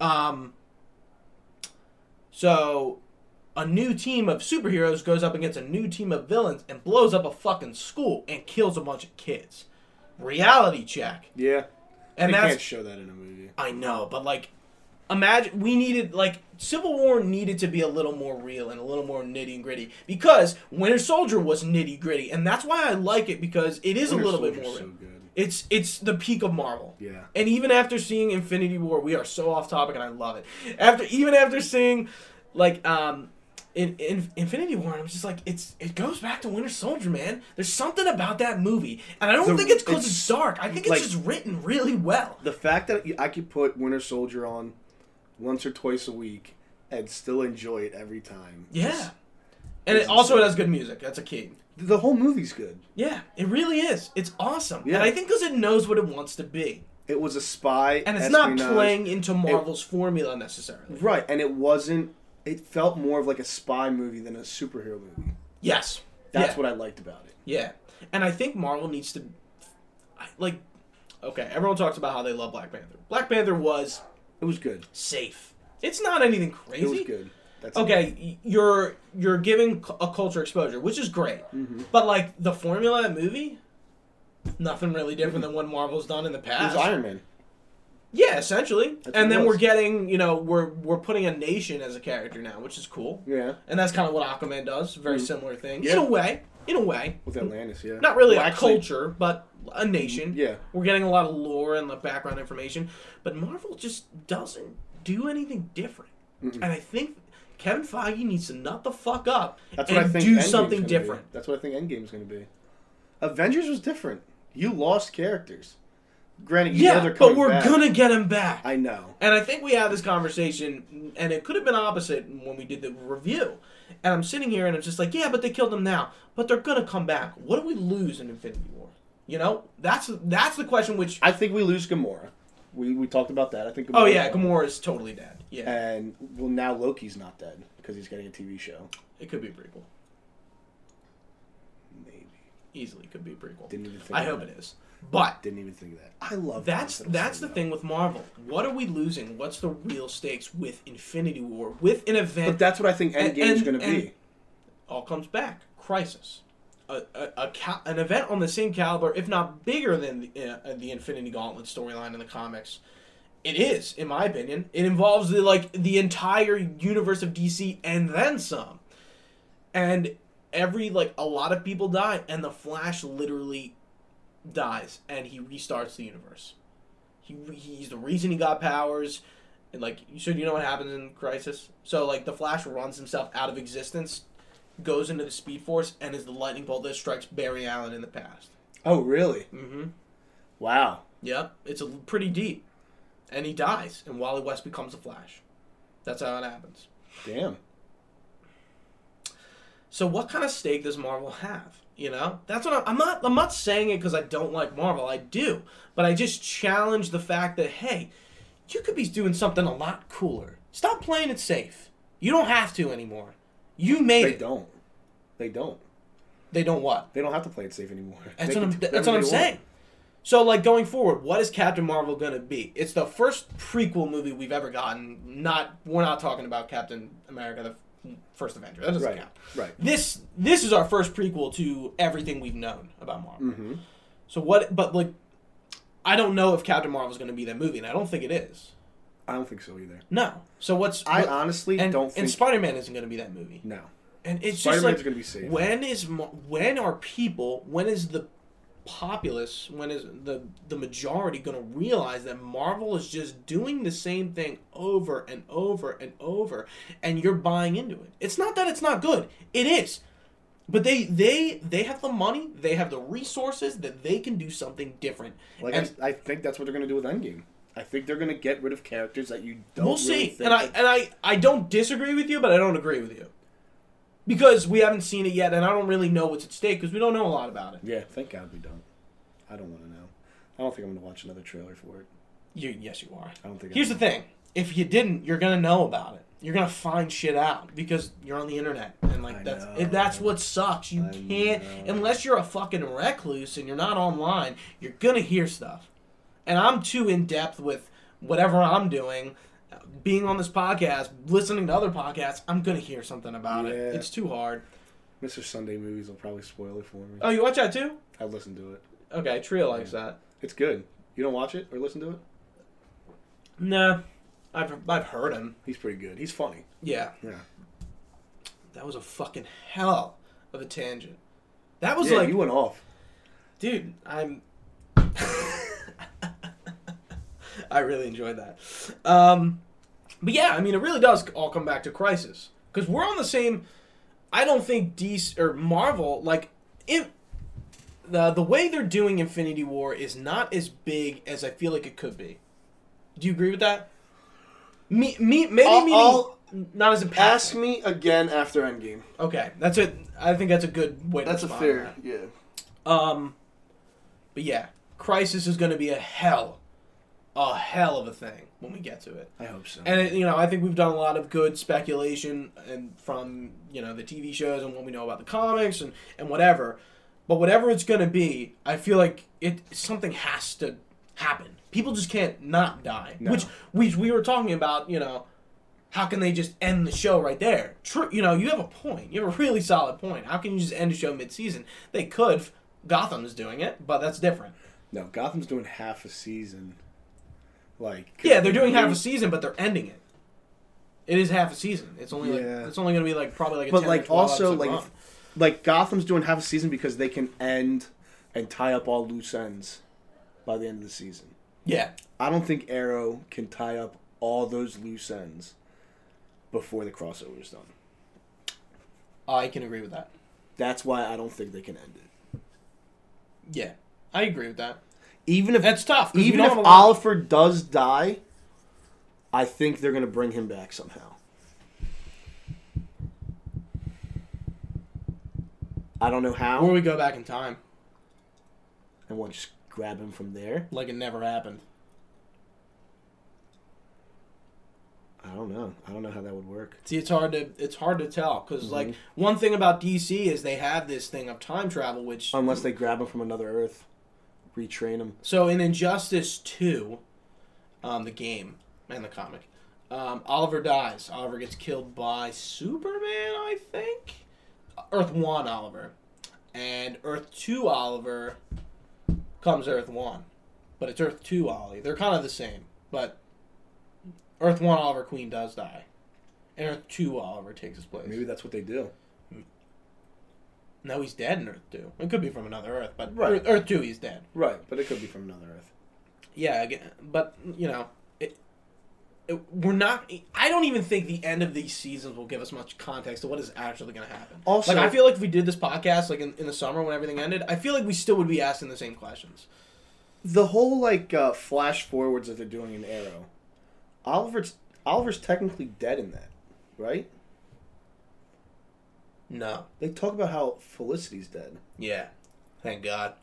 um, so a new team of superheroes goes up against a new team of villains and blows up a fucking school and kills a bunch of kids. Reality check.
Yeah,
And
they
that's
can't show that in a movie.
I know, but like imagine we needed like Civil War needed to be a little more real and a little more nitty and gritty because Winter Soldier was nitty gritty and that's why I like it because it is
Winter
a little bit
Soldier's
more
so
real.
good.
It's it's the peak of Marvel.
Yeah.
And even after seeing Infinity War, we are so off topic, and I love it. After even after seeing, like, um, in, in Infinity War, I'm just like, it's it goes back to Winter Soldier, man. There's something about that movie, and I don't
The-
think it's because
it's-
it's, dark. I think it's
like-
just written really well.
The fact that I could put Winter Soldier on once or twice a week and still enjoy it every time.
Yeah,
Just-
and it
it's
also it
insane.
has good music. That's a key.
the whole movie's good.
Yeah, it really is. It's awesome,
Yeah.
and I think because it knows what it wants to be,
It was a spy,
and it's not
espionage-
playing into Marvel's formula necessarily.
right, and it wasn't. It felt more of like a spy movie than a superhero movie.
Yes,
That's
Yeah.
what I liked about it.
Yeah, and I think Marvel needs to, I- like, okay, everyone talks about how they love Black Panther. Black Panther was
It was good.
safe. It's not anything crazy.
It was good. That's
Okay, y- you're you're giving cu- a culture exposure, which is great,
Mm-hmm.
but like the formula of movie, nothing really different than what Marvel's done in the
It was
past.
Iron Man.
Yeah, essentially,
what it
and then
was.
we're getting you know we're we're putting a nation as a character now, which is cool,
Yeah,
and that's kind of what Aquaman does. Very similar thing in
Mm-hmm. Yeah.
a way. In a way,
with Atlantis. Yeah,
not really
Well,
a
actually- mm,
culture, but a nation.
Yeah,
We're getting a lot of lore and the background information, but Marvel just doesn't do anything different. And I think Kevin Feige needs to nut the fuck up
that's
and
what I think.
do
Endgame's
something
gonna
different.
Be. That's what I think Endgame's going to be. Avengers was different. You lost characters. Granted, you know
Yeah,
they're coming
but we're
back.
gonna get him back.
I know.
And I think we had this conversation, and it could have been opposite when we did the review. And I'm sitting here and I'm just like, yeah, but they killed him now, but they're gonna come back. What do we lose in Infinity War? You know, that's that's the question. Which
I think we lose Gamora. We we talked about that. I think. Gamora's
oh yeah,
gone.
Gamora is totally dead. Yeah,
And well, now Loki's not dead because he's getting a TV show.
it could be a prequel.
Maybe
Easily could be a prequel.
didn't even think.
I
of
hope
that.
it is. But
Didn't even think of that. I love.
that's
Tom Hiddleston,
that's the
though.
thing with Marvel. What are we losing? What's the real stakes with Infinity War? With an
But
event that
that's what I think
And-
Endgame's
and-
going to
and-
be.
all comes back, Crisis, a, a, a ca- an event on the same caliber, if not bigger than the, uh, the Infinity Gauntlet storyline in the comics. It is, in my opinion. It involves the like the entire universe of DC and then some. And every like a lot of people die, and the Flash literally dies, and he restarts the universe. He he's the reason he got powers. And like, so you know what happens in Crisis? So like, the Flash runs himself out of existence, goes into the Speed Force, and is the lightning bolt that strikes Barry Allen in the past.
Oh really?
Mm-hmm.
Wow.
Yep, it's a l- pretty deep, and he dies, and Wally West becomes the Flash. That's how it happens.
Damn.
So what kind of stake does Marvel have? You know, that's what I'm, I'm not. I'm not saying it because I don't like Marvel. I do, but I just challenge the fact that hey, you could be doing something a lot cooler. Stop playing it safe. You don't have to anymore. You made
They
it.
don't. They don't.
They don't what?
They don't have to play it safe anymore.
That's
They
what
can
I'm.
do
That's what
whatever
I'm
they want.
saying. So, like going forward, what is Captain Marvel going to be? It's the first prequel movie we've ever gotten. Not we're not talking about Captain America, the f- first Avenger. That doesn't
Right.
count.
Right.
This this is our first prequel to everything we've known about Marvel.
Mm-hmm.
So what? But like, I don't know if Captain Marvel is going to be that movie, and I don't think it is.
I don't think so either.
No. So what's
I
what-
honestly
and,
don't think
and Spider Man isn't going to be that movie.
no.
And it's
Spider Man's
just like
gonna be safe.
when is mo- when are people when is the populace when is the the majority going to realize that Marvel is just doing the same thing over and over and over and you're buying into it. It's not that it's not good. It is. But they they they have the money, they have the resources that they can do something different.
Like
and-
I, I think that's what they're gonna do with Endgame. I think they're gonna get rid of characters that you don't.
we'll
really
see.
think
And I
that-
and I I don't disagree with you, but I don't agree with you. Because we haven't seen it yet and I don't really know what's at stake because we don't know a lot about it.
yeah, thank God we don't. I don't want to know. I don't think I'm gonna watch another trailer for it.
You yes you are.
I don't think.
Here's
I
the thing: if you didn't, you're gonna know about it. You're gonna find shit out because you're on the internet, and like
I
that's
know.
and that's what sucks. You
I
can't
know.
unless you're a fucking recluse and you're not online. You're gonna hear stuff, and I'm too in depth with whatever I'm doing. Being on this podcast, listening to other podcasts, I'm gonna hear something about it.
Yeah.
It's too hard.
Mr. Sunday movies will probably spoil it for me.
Oh, you watch that too?
I listened to it.
Okay, Tria likes that.
It's good. You don't watch it or listen to it?
Nah, I've I've heard him.
He's pretty good. He's funny.
Yeah.
Yeah.
That was a fucking hell of a tangent. That was
yeah,
like
you went off.
Dude, I'm. <laughs> I really enjoyed that. Um, but yeah, I mean, it really does all come back to Crisis because we're on the same. I don't think DC or Marvel like if the the way they're doing Infinity War is not as big as I feel like it could be. Do you agree with that? Me, me, maybe
I'll-
meaning
I'll-
not as impactful.
Ask me again after Endgame.
Okay, that's a. I think that's a good way.
That's
to
a
respond to
fair.
that.
Yeah.
Um, but yeah, Crisis is going to be a hell, a hell of a thing when we get to it.
I hope so.
And it, you know, I think we've done a lot of good speculation and from you know the TV shows and what we know about the comics and and whatever. But whatever it's going to be, I feel like it something has to happen. People just can't not die,
No.
which which we were talking about. You know, how can they just end the show right there? True, you know, you have a point. You have a really solid point. How can you just end the show mid-season? They could. Gotham's doing it, but that's different.
no, Gotham's doing half a season. Like.
Yeah, they're doing half a season, but they're ending it. It is half a season. It's only
Yeah.
like, it's only gonna be like probably like. A
But
10 or
like
12
also
episode
like
run.
if- like Gotham's doing half a season because they can end and tie up all loose ends by the end of the season.
yeah,
I don't think Arrow can tie up all those loose ends before the crossover is done.
I can agree with that.
That's why I don't think they can end it.
Yeah, I agree with that.
Even if
That's tough. 'cause we
even
don't
if
have a lot-
Oliver does die, I think they're gonna bring him back somehow. I don't know how,
or we go back in time,
and we'll just grab him from there.
like it never happened.
I don't know. I don't know how that would work.
See, it's hard to it's hard to tell because like
Mm-hmm.
one thing about DC is they have this thing of time travel, which
Unless they grab him from another Earth, retrain him.
So in Injustice Two, um, the game and the comic, um, Oliver dies. Oliver gets killed by Superman, I think. Earth One Oliver, and Earth Two Oliver comes Earth One, but it's Earth Two Ollie. They're kind of the same, but Earth One Oliver Queen does die, and Earth Two Oliver takes his place.
Maybe that's what they do.
No, he's dead in Earth Two. It could be from another Earth, but
Right.
Earth, Earth Two, he's dead.
Right, but it could be from another Earth.
yeah again, but you know it, it, we're not i don't even think the end of these seasons will give us much context to what is actually going to happen
Also-
like i feel like if we did this podcast like in, in the summer when everything ended i feel like we still would be asking the same questions
The whole like uh, flash forwards that they're doing in Arrow, Oliver's Oliver's technically dead in that, right?
no
They talk about how Felicity's dead.
yeah thank <laughs> god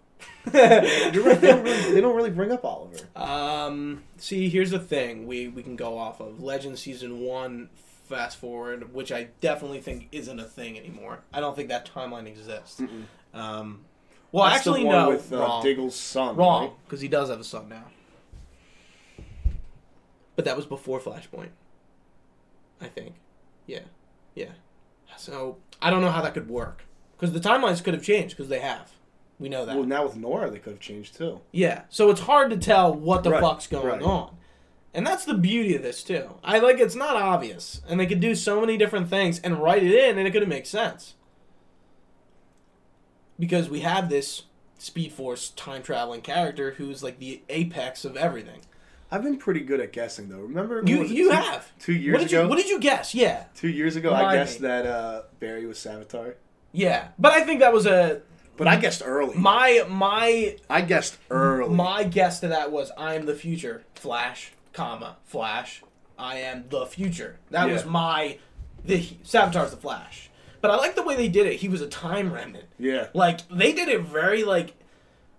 They don't they don't really, they don't really bring up Oliver.
Um, see, here's the thing we we can go off of Legend season one. Fast forward, which I definitely think isn't a thing anymore. I don't think that timeline exists. Um, Well,
That's
actually,
the one
no.
With uh,
wrong.
Diggle's son.
Wrong,
right?
because he does have a son now. But that was before Flashpoint. I think. Yeah. Yeah. So, I don't know how that could work. Because the timelines could have changed, because they have. We know that.
Well, now with Nora, they could have changed too.
yeah. So it's hard to tell what the
Right,
fuck's going
right.
on. And that's the beauty of this, too. I like it's not obvious. And they could do so many different things and write it in, and it could have make sense. Because we have this Speed Force time traveling character who's like the apex of everything.
I've been pretty good at guessing though. Remember, what
You
was it,
you
two-
have.
two years
What did
ago.
you What did you guess? Yeah,
two years ago, I
Remind
guessed
me.
that uh, Barry was Savitar,
yeah. But I think that was a
but I guessed early.
my my
I guessed early.
my guess to that was I am the future Flash, comma Flash. I am the future. That was
Yeah.
my the Savitar's the Flash. But I like the way they did it. He was a time remnant.
yeah,
Like they did it very like,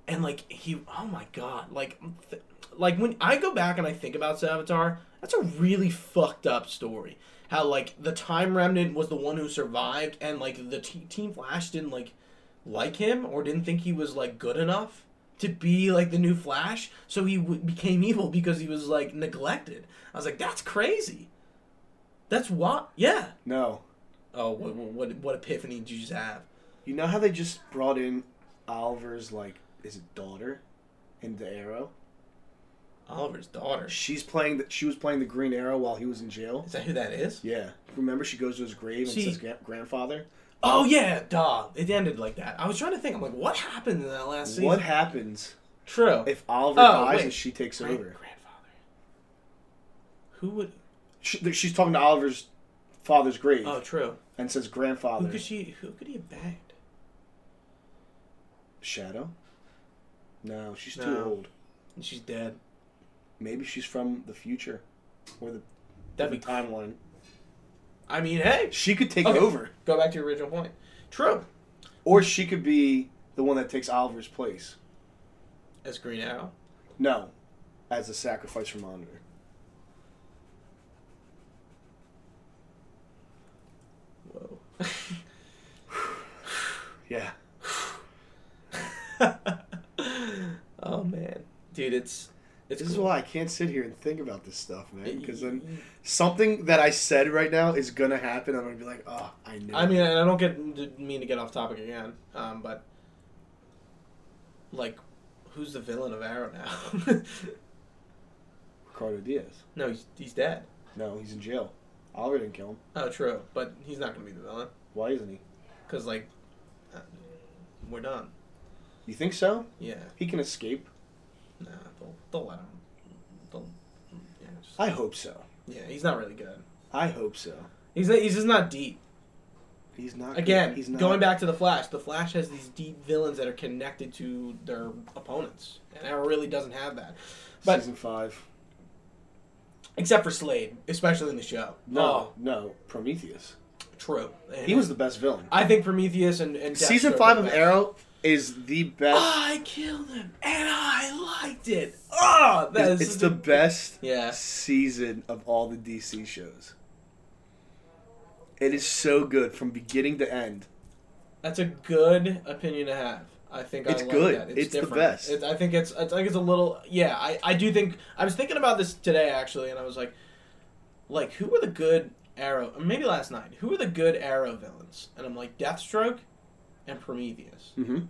and like he. Oh my god! Like, th- like when I go back and I think about Savitar, that's a really fucked up story. How like the Time Remnant was the one who survived, and like the t- Team Flash didn't like like him or didn't think he was like good enough to be like the new Flash, so he w- became evil because he was like neglected. I was like, that's crazy. That's why, yeah.
no.
Oh, what what what epiphany did you just have?
You know how they just brought in Oliver's like is it daughter in the Arrow?
Oliver's daughter.
She's playing the, she was playing the Green Arrow while he was in jail.
Is that who that is?
Yeah, remember she goes to his grave and
See-
says "Gra- grandfather.
Oh yeah, duh. It ended like that. I was trying to think. I'm like, what happened in that last season?
What happens
True.
if Oliver
Oh,
dies
wait.
and she takes
Great
over?
grandfather. Who would?
She, th- she's talking to Oliver's father's grave
Oh, true.
and says grandfather.
Who could she? Who could he have banged?
Shadow? No, she's too
No.
old.
And she's dead.
Maybe she's from the future or the,
That'd
the
be.
timeline.
I mean, hey,
She could take
Okay.
over,
go back to your original point. True.
or she could be the one that takes Oliver's place.
As Green Arrow.
No, as a sacrifice for Monitor.
Whoa.
Yeah.
<laughs> oh man, dude, it's it's.
This is
cool.
why I can't sit here and think about this stuff, man. Because then something that I said right now is gonna happen. I'm gonna be like, oh, I knew.
I
it."
mean, and I don't get didn't mean to get off topic again, um, but like, who's the villain of Arrow now? <laughs>
Ricardo Diaz.
no, he's, he's dead.
No, he's in jail. Oliver didn't kill him.
Oh, true, but he's not gonna be the villain
Why isn't he?
because like, uh, we're done.
You think so?
Yeah,
He can escape.
nah, they'll, they'll let him. They'll, yeah, just-
I hope so.
yeah, he's not really good.
I hope so.
He's he's just not deep.
He's not. good.
Again,
he's not.
going back to the Flash, the Flash has these deep villains that are connected to their opponents, and Arrow really doesn't have that. but-
season five.
Except for Slade, especially in the show.
No,
Oh,
no, Prometheus.
true. And
He was the best villain.
I think Prometheus and, and
Season
Deathstroke
five
are
of
best.
Arrow is the best.
I killed him, and I liked it. Oh, that
It's,
is
it's the best
Yeah.
season of all the DC shows. It is so good from beginning to end.
That's a good opinion to have. I think I
It's
like
good.
That.
It's the
different.
best.
It, I think it's. I think it's a little. Yeah, I, I do think I was thinking about this today actually, and I was like, like who were the good Arrow? or Maybe last night. Who were the good Arrow villains? And I'm like Deathstroke, and Prometheus.
Mm-hmm.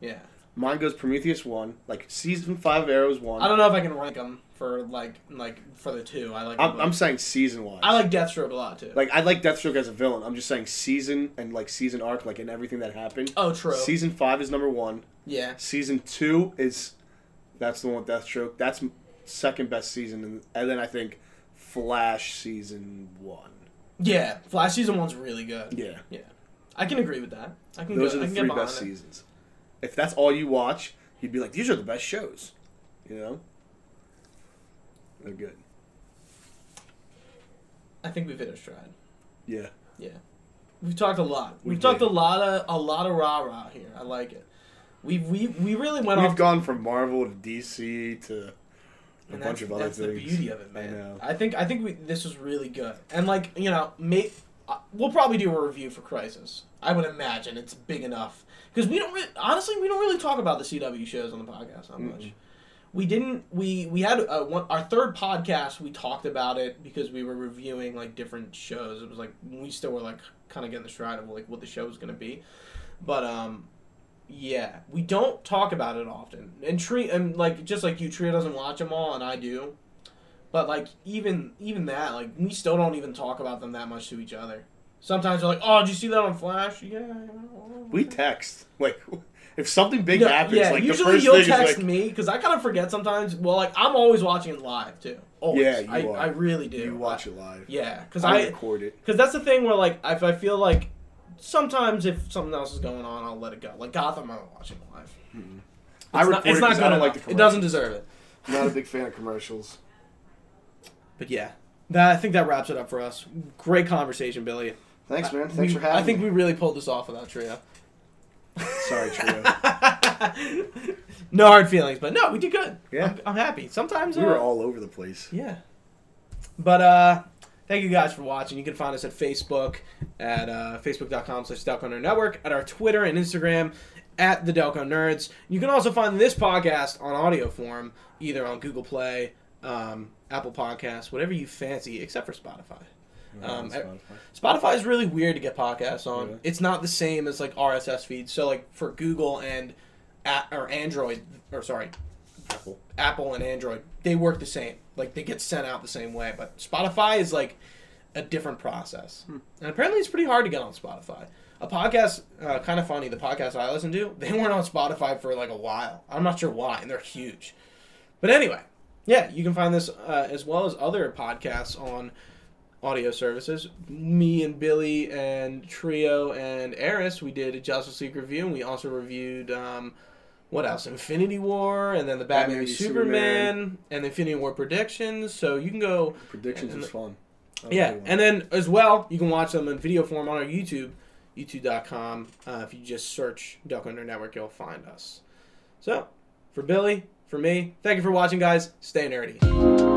Yeah,
Mine goes Prometheus one, like season five of Arrow is one.
I don't know if I can rank them for like like for the two. I like.
I'm,
them
I'm
both.
saying season wise.
I like Deathstroke a lot too.
like I like Deathstroke as a villain. I'm just saying season and like season arc, like in everything that happened.
oh, true.
Season five is number one.
yeah.
Season two is that's the one with Deathstroke. That's m- second best season, and, and then I think Flash season one.
Yeah, Flash season one's really good.
Yeah,
I can agree with that. I can.
those
go,
are
I can get
the three
behind
best
it.
seasons. If that's all you watch, you'd be like, these are the best shows. You know, they're good.
I think we've hit our stride.
Yeah,
We've talked a lot.
We
We've talked
did.
a lot of a lot of rah rah here. I like it. We we we really went
we've
off.
gone from Marvel to DC to a
and
bunch
that's-
of other
that's
things.
the beauty of it, man.
I know.
think I think we, this was really good. And like you know, make uh, we'll probably do a review for Crisis. I would imagine it's big enough because we don't re- honestly we don't really talk about the CW shows on the podcast that much. We didn't. We we had uh one, our third podcast. We talked about it because we were reviewing like different shows. It was like we still were like kind of getting the stride of like what the show was going to be, but um, yeah, we don't talk about it often. And Tree and like just like you, Tria doesn't watch them all, and I do. But like even even that, like we still don't even talk about them that much to each other. Sometimes we're like, "Oh, did you see that on Flash?" Yeah.
We text like <laughs> if something big
No,
happens.
yeah,
like the
usually
first
you'll
thing
text
is like,
me because I kind of forget sometimes. Well, like I'm always watching it live too. Always.
Yeah, you
I,
are.
I really do.
you watch it live.
Yeah, because
I
I
record it.
because that's the thing where like if I feel like sometimes if something else is going on, I'll let it go. Like Gotham, I don't watch it live.
I
It's
record
not, it's
it
not
'cause
good
I don't
enough.
like the
It
commercials.
doesn't deserve it.
Not a big fan of commercials.
But yeah, that I think that wraps it up for us. Great conversation, Billy.
Thanks, man.
We-
Thanks for having
I think
me.
we really pulled this off without Trio.
Sorry, Trio.
<laughs> no hard feelings, but no, we did good.
Yeah.
I'm, I'm happy. Sometimes
we
uh,
were all over the place.
Yeah. But uh thank you guys for watching. You can find us at Facebook at uh, facebook.com slash Delco Nerd Network, at our Twitter and Instagram at the Delco Nerds. You can also find this podcast on audio form, either on Google Play, um, Apple Podcasts, whatever you fancy, except for Spotify. Um, I- Spotify is really weird to get podcasts on.
Really?
It's not the same as like RSS feeds. So like for Google and a- or Android or sorry,
Apple.
Apple and Android, they work the same. Like they get sent out the same way. But Spotify is like a different process, and apparently it's pretty hard to get on Spotify. A podcast, uh, kind of funny. The podcast I listen to, they weren't on Spotify for like a while. I'm not sure why, and they're huge. But anyway, yeah, you can find this uh, as well as other podcasts on audio services. Me and Billy and Trio and Eris, we did a Justice League review, and we also reviewed um, what else? Infinity War, and then the Batman,
Batman
v
v
Superman, and the Infinity War predictions. So you can go,
Predictions was fun. That was a
yeah,
good one.
and then as well, you can watch them in video form on our YouTube, YouTube.com. Uh, if you just search Duck Under Network, you'll find us. So for Billy, for me, thank you for watching, guys. Stay nerdy.